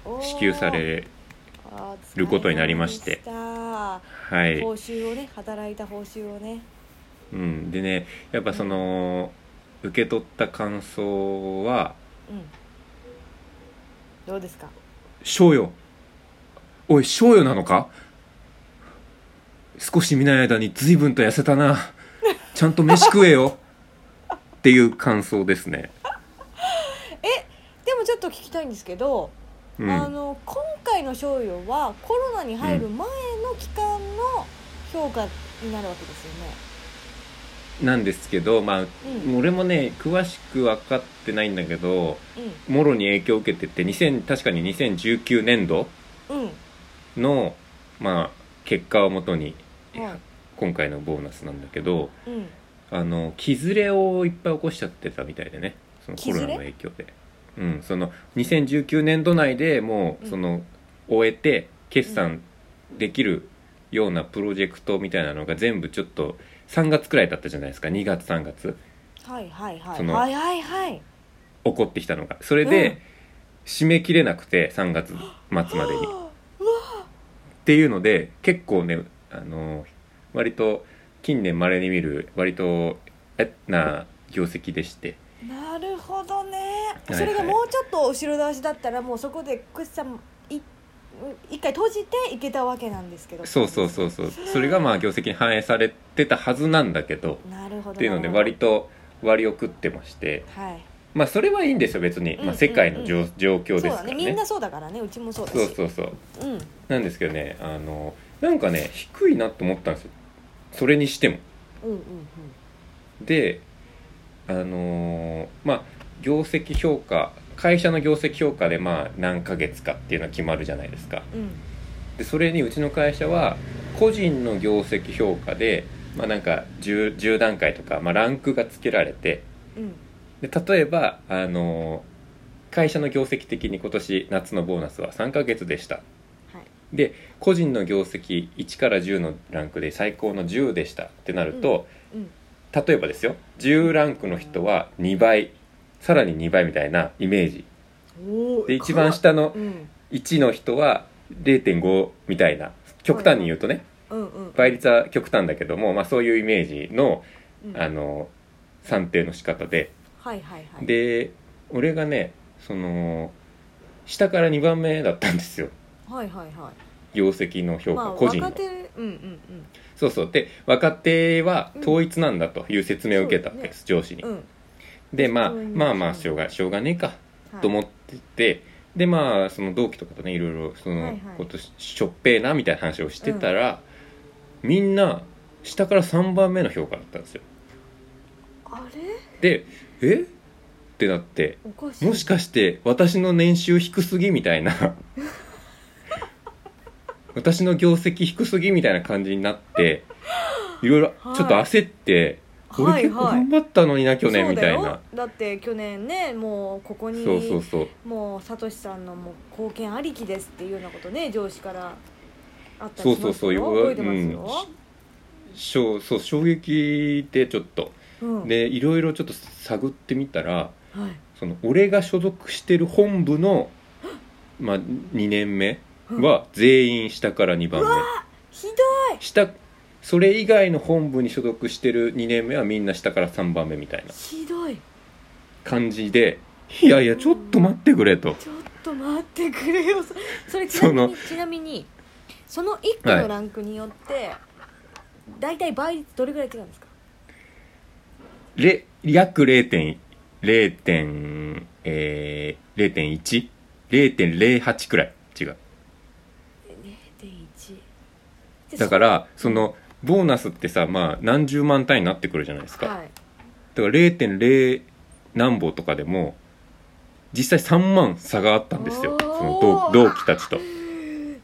Speaker 3: うおー
Speaker 2: 支給され
Speaker 3: あーお疲れ様
Speaker 2: ることになりまし
Speaker 3: で
Speaker 2: て
Speaker 3: た
Speaker 2: はい
Speaker 3: 報酬をね働いた報酬をね
Speaker 2: うん、でねやっぱその受け取った感想は
Speaker 3: うんどうですか
Speaker 2: 「賞よおい賞よなのか少し見ない間に随分と痩せたなちゃんと飯食えよ」っていう感想ですね
Speaker 3: でもちょっと聞きたいんですけど、
Speaker 2: うん
Speaker 3: あの今回の賞与はコロナに入る前の期間の評価になるわけですよね、
Speaker 2: なんですけどまあ
Speaker 3: うん
Speaker 2: 俺もね詳しく分かってないんだけど
Speaker 3: う
Speaker 2: もろに影響を受けてて2000確かに2019年度
Speaker 3: んうん
Speaker 2: の、まあ、結果をもとに
Speaker 3: はい
Speaker 2: 今回のボーナスなんだけど
Speaker 3: うん
Speaker 2: あの木ずれをいっぱい起こしちゃってたみたいでねそのコロナの
Speaker 3: 木ず
Speaker 2: 影響で、うん、その2019年度内でも
Speaker 3: う
Speaker 2: うんその終えて決算できるようなプロジェクトみたいなのが全部ちょっと3月くらいだったじゃないですか2月3月
Speaker 3: はいはいは
Speaker 2: そ
Speaker 3: い
Speaker 2: の
Speaker 3: はいはいはい
Speaker 2: 起こってきたのがそれ
Speaker 3: うん
Speaker 2: で締め切れなくて3月末までに。
Speaker 3: は
Speaker 2: っていうので結構ねあの割と近年まれに見る割とえな業績でして
Speaker 3: あなるほどね、
Speaker 2: いはい
Speaker 3: それがもうちょっと後ろ倒しだったらもうそこでくっさんい一回閉じていけたわけなんですけど
Speaker 2: そうそうそうそうそれがまあ業績に反映されてたはずなんだけど
Speaker 3: なるほど
Speaker 2: っていうので
Speaker 3: なる
Speaker 2: 割と割を食ってまして
Speaker 3: ほどはい
Speaker 2: まあそれはいいんですよ別に、
Speaker 3: うんう
Speaker 2: まあ、
Speaker 3: ん
Speaker 2: 世界の状,、状
Speaker 3: そ
Speaker 2: 況で
Speaker 3: う
Speaker 2: す
Speaker 3: だ
Speaker 2: から
Speaker 3: ね
Speaker 2: ね
Speaker 3: みんなそうだからねうちもそうだし
Speaker 2: そうそうそ
Speaker 3: う
Speaker 2: う
Speaker 3: ん
Speaker 2: なんですけどねあのなんかね低いなと思ったんですよそれにしても
Speaker 3: うんうん
Speaker 2: であのーまあ業績評価会社の業績評価でまあ何ヶ月かっていうのは決まるじゃないですか
Speaker 3: うんうん
Speaker 2: でそれにうちの会社は個人の業績評価でまあなんか 10, 10段階とか、まあ、ランクがつけられて
Speaker 3: うん
Speaker 2: で例えばあのー会社の業績的に今年夏のボーナスは3ヶ月でした、で個人の業績1から10のランクで最高の10でしたってなると、
Speaker 3: うん
Speaker 2: 例えばですよ10ランクの人は2倍さらに2倍みたいなイメージ
Speaker 3: おー
Speaker 2: で一番下の
Speaker 3: うん
Speaker 2: 1の人は0.5みたいな極端に言うとね
Speaker 3: うんうん
Speaker 2: 倍率は極端だけども、まあ、そういうイメージの
Speaker 3: うん
Speaker 2: あの算定の仕方で
Speaker 3: はいはいはい
Speaker 2: で俺がねその下から2番目だったんですよ
Speaker 3: はいはいは
Speaker 2: 業績の評価、
Speaker 3: まあ
Speaker 2: 個人
Speaker 3: 若
Speaker 2: の
Speaker 3: 手うん
Speaker 1: うんうん
Speaker 2: そうそうで若手は統一なんだという説明を受けたわけです、上司に、
Speaker 3: うん
Speaker 2: でまあ
Speaker 3: 普通に
Speaker 2: まあまあしょうがしょうがねえか
Speaker 3: はい
Speaker 2: と思ってて、でまあその同期とかとねいろいろその、
Speaker 3: はいはい
Speaker 2: 今年しょっぺえなみたいな話をしてたら、みんな下から3番目の評価だったんですよ
Speaker 3: あれ
Speaker 2: でえってなって
Speaker 3: おかしい
Speaker 2: もしかして私の年収低すぎみたいな
Speaker 3: [laughs]
Speaker 2: 私の業績低すぎみたいな感じになっていろいろ
Speaker 3: はい
Speaker 2: ちょっと焦って、俺結構頑張ったのにな去年みたいな、
Speaker 3: そうだよだって去年ねもうここに
Speaker 2: そうそうそう
Speaker 3: もうさとしさんのもう貢献ありきですっていうようなことね上司からあった
Speaker 2: そ
Speaker 3: り
Speaker 2: う
Speaker 3: し
Speaker 2: そう
Speaker 3: ます
Speaker 2: そう
Speaker 3: よ
Speaker 2: よ
Speaker 3: 覚えてますよ、
Speaker 2: しょうそう衝撃でちょっと
Speaker 3: うん
Speaker 2: でいろいろちょっと探ってみたら
Speaker 3: はい
Speaker 2: その俺が所属してる本
Speaker 3: [laughs]
Speaker 2: 部の、まあ、2年目は全員下から2番目
Speaker 3: ひどい
Speaker 2: 下それ以外の本部に所属してる2年目はみんな下から3番目みたいな
Speaker 3: ひどい
Speaker 2: 感じでいやいやちょっと待ってくれと
Speaker 3: ちょっと待ってくれよ [laughs] そそれちなみにちなみにその1個
Speaker 2: は
Speaker 3: の
Speaker 2: い
Speaker 3: ランクによって、大体倍率どれぐらい違うんですか
Speaker 2: れ約0.0.1 0.08くらい違う
Speaker 3: 0.1
Speaker 2: だからそのボーナスってさまあ何十万単位になってくるじゃないですか、
Speaker 3: はい
Speaker 2: だから0.0何ぼとかでも実際3万差があったんですよ
Speaker 3: お
Speaker 2: そ
Speaker 3: ー
Speaker 2: の同同期たちと。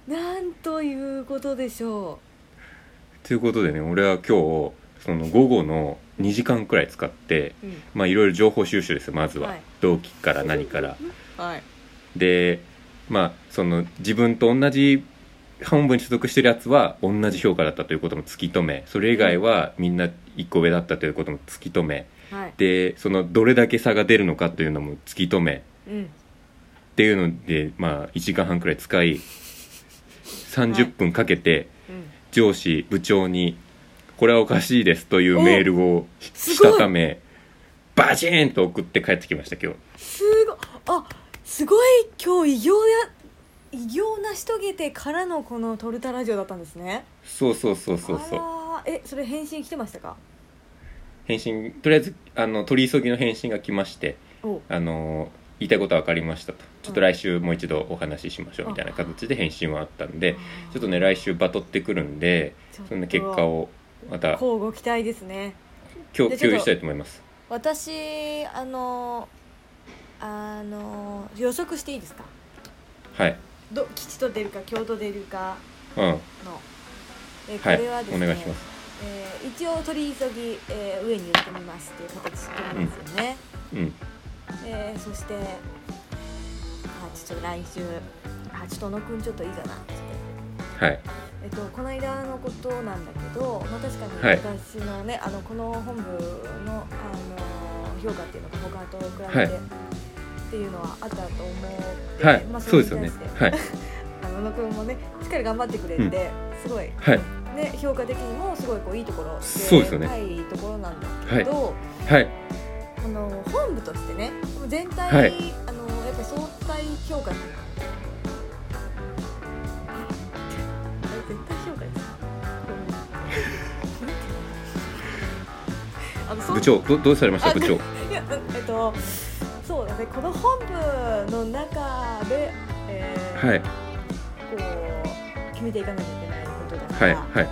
Speaker 3: なんということでしょ
Speaker 2: ということでね俺は今日その午後の2時間くらい使って
Speaker 3: う、うん、
Speaker 2: まあいろいろ情報収集ですよまずは、
Speaker 3: はい
Speaker 2: 同期から何から。
Speaker 3: はい
Speaker 2: でまあその自分と同じ本部に所属してるやつは同じ評価だったということも突き止めそれ以外はみんな1個上だったということも突き止め
Speaker 3: はい
Speaker 2: でそのどれだけ差が出るのかというのも突き止め
Speaker 3: うん
Speaker 2: っていうので、まあ、1時間半くらい使い30分かけて
Speaker 3: うん
Speaker 2: 上司部長に「これはおかしいです」というメールを
Speaker 3: すごい
Speaker 2: したためバチーンと送って帰ってきました今日
Speaker 3: すごいあすごい今日偉業や偉業を成し遂げてからのこのトルタラジオだったんですね
Speaker 2: そうそうそうそうそう
Speaker 3: あらーえそれ返信来てましたか
Speaker 2: 返信とりあえずあの取り急ぎの返信が来まして
Speaker 3: お
Speaker 2: あの言いたいことは分かりましたとちょっと
Speaker 3: うん
Speaker 2: 来週もう一度お話ししましょうみたいな形で返信はあったんでちょっと
Speaker 3: ね
Speaker 2: ね来週バトってくるんでそんな結果をま [laughs] た
Speaker 3: 交互期待ですね
Speaker 2: 共
Speaker 3: じゃあちょっと
Speaker 2: 共有したいと思います
Speaker 3: 私あのあの予測していいですか
Speaker 2: はい
Speaker 3: ど吉と出るか京都出るか
Speaker 2: うん
Speaker 3: のえこ
Speaker 2: はい、
Speaker 3: れはです
Speaker 2: お
Speaker 3: ね、
Speaker 2: 願いします。
Speaker 3: えー一応取り急ぎ、えー上に打ってみますっていう形になりますよね、
Speaker 2: うん、
Speaker 3: えーそしてあちょっと来週あちょっと小野くんちょっといいかなって
Speaker 2: はい、
Speaker 3: えっと、この間のことなんだけど、まあ、確か
Speaker 2: はい
Speaker 3: に私のね、あのこの本部のあの評価っていうのが他と比べて、
Speaker 2: はい
Speaker 3: っていうのはあったと思う
Speaker 2: はい、
Speaker 3: そ
Speaker 2: そう
Speaker 3: れ
Speaker 2: ですよ
Speaker 3: に対
Speaker 2: ね
Speaker 3: して。
Speaker 2: はい、
Speaker 3: あの小野君もねしっかり頑張ってくれて、
Speaker 2: うん
Speaker 3: すごい、
Speaker 2: はい、
Speaker 3: ね、評価的にもすごいこういいところで
Speaker 2: そうですよね
Speaker 3: 高いところなんだけど、
Speaker 2: はい、
Speaker 3: あの本部としてね全体、
Speaker 2: はい
Speaker 3: あのやっぱ相対評
Speaker 2: [laughs]
Speaker 3: 価っていうのはえ絶対評価ですあのそう
Speaker 2: 部長、ど、どうされました、
Speaker 3: あ
Speaker 2: 部長。
Speaker 3: いやえっとそうだねこの本部の中で、えー
Speaker 2: はい、
Speaker 3: こう決めていかなきゃいけないことだか
Speaker 2: はい、
Speaker 3: ら、
Speaker 2: は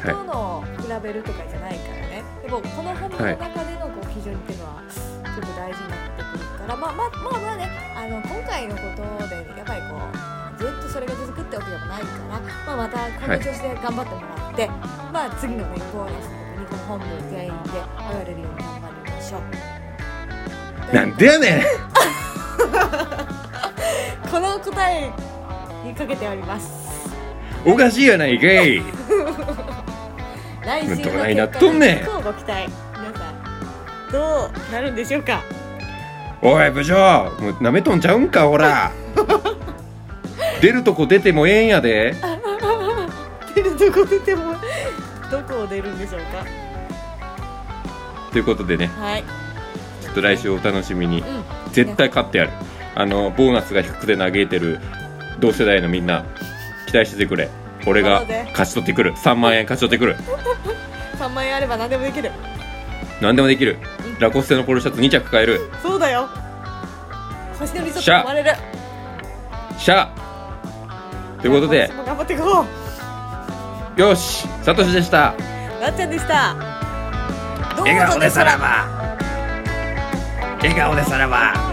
Speaker 3: 他との比べるとかじゃないからね、でもこの本の中でのこう基準っていうのはちょっと大事になってくるから、まあまあまあまあねあの今回のことで、やっぱりこうずっとそれが続くってわけでもないから、まあ、またこの調子で頑張ってもらって、まあ次のねボーナスの時にこの本部全員で上がれるように頑張りましょう。
Speaker 2: い。なんでやねん。
Speaker 3: この答えにかけております。
Speaker 2: おかしいやないかい。
Speaker 3: 来週の結
Speaker 2: ど
Speaker 3: 果
Speaker 2: ない
Speaker 3: に
Speaker 2: なっとんねん
Speaker 3: 乞うご期待皆さんどうなるんでしょうか
Speaker 2: おい、部長、もう舐めとんちゃうんか、ほら。出るとこ出てもええんやで。
Speaker 3: 出るとこ出ても [laughs] どこを出るんでしょうか
Speaker 2: ということでね、
Speaker 3: はい
Speaker 2: ちょっと来週お楽しみに
Speaker 3: う。ん
Speaker 2: 絶対勝ってやる。あの、ボーナスが低くて嘆いてる。同世代のみんな。期待しててくれ俺が
Speaker 3: そうだね
Speaker 2: 勝ち取ってくる3万円勝ち取ってくる
Speaker 3: 3万円あれば何でもできる
Speaker 2: 何でもできるラコステのポロシャツ2着買える
Speaker 3: そうだよ
Speaker 7: 星野リゾッ
Speaker 2: し
Speaker 7: ト
Speaker 2: ゃ
Speaker 7: 生まれる
Speaker 2: シャーということで
Speaker 3: 私も頑張っていこ
Speaker 2: よしサトシでした
Speaker 3: うなっちゃんでした
Speaker 7: どうぞ
Speaker 2: 笑顔で
Speaker 7: ね
Speaker 2: さらば笑顔でさらば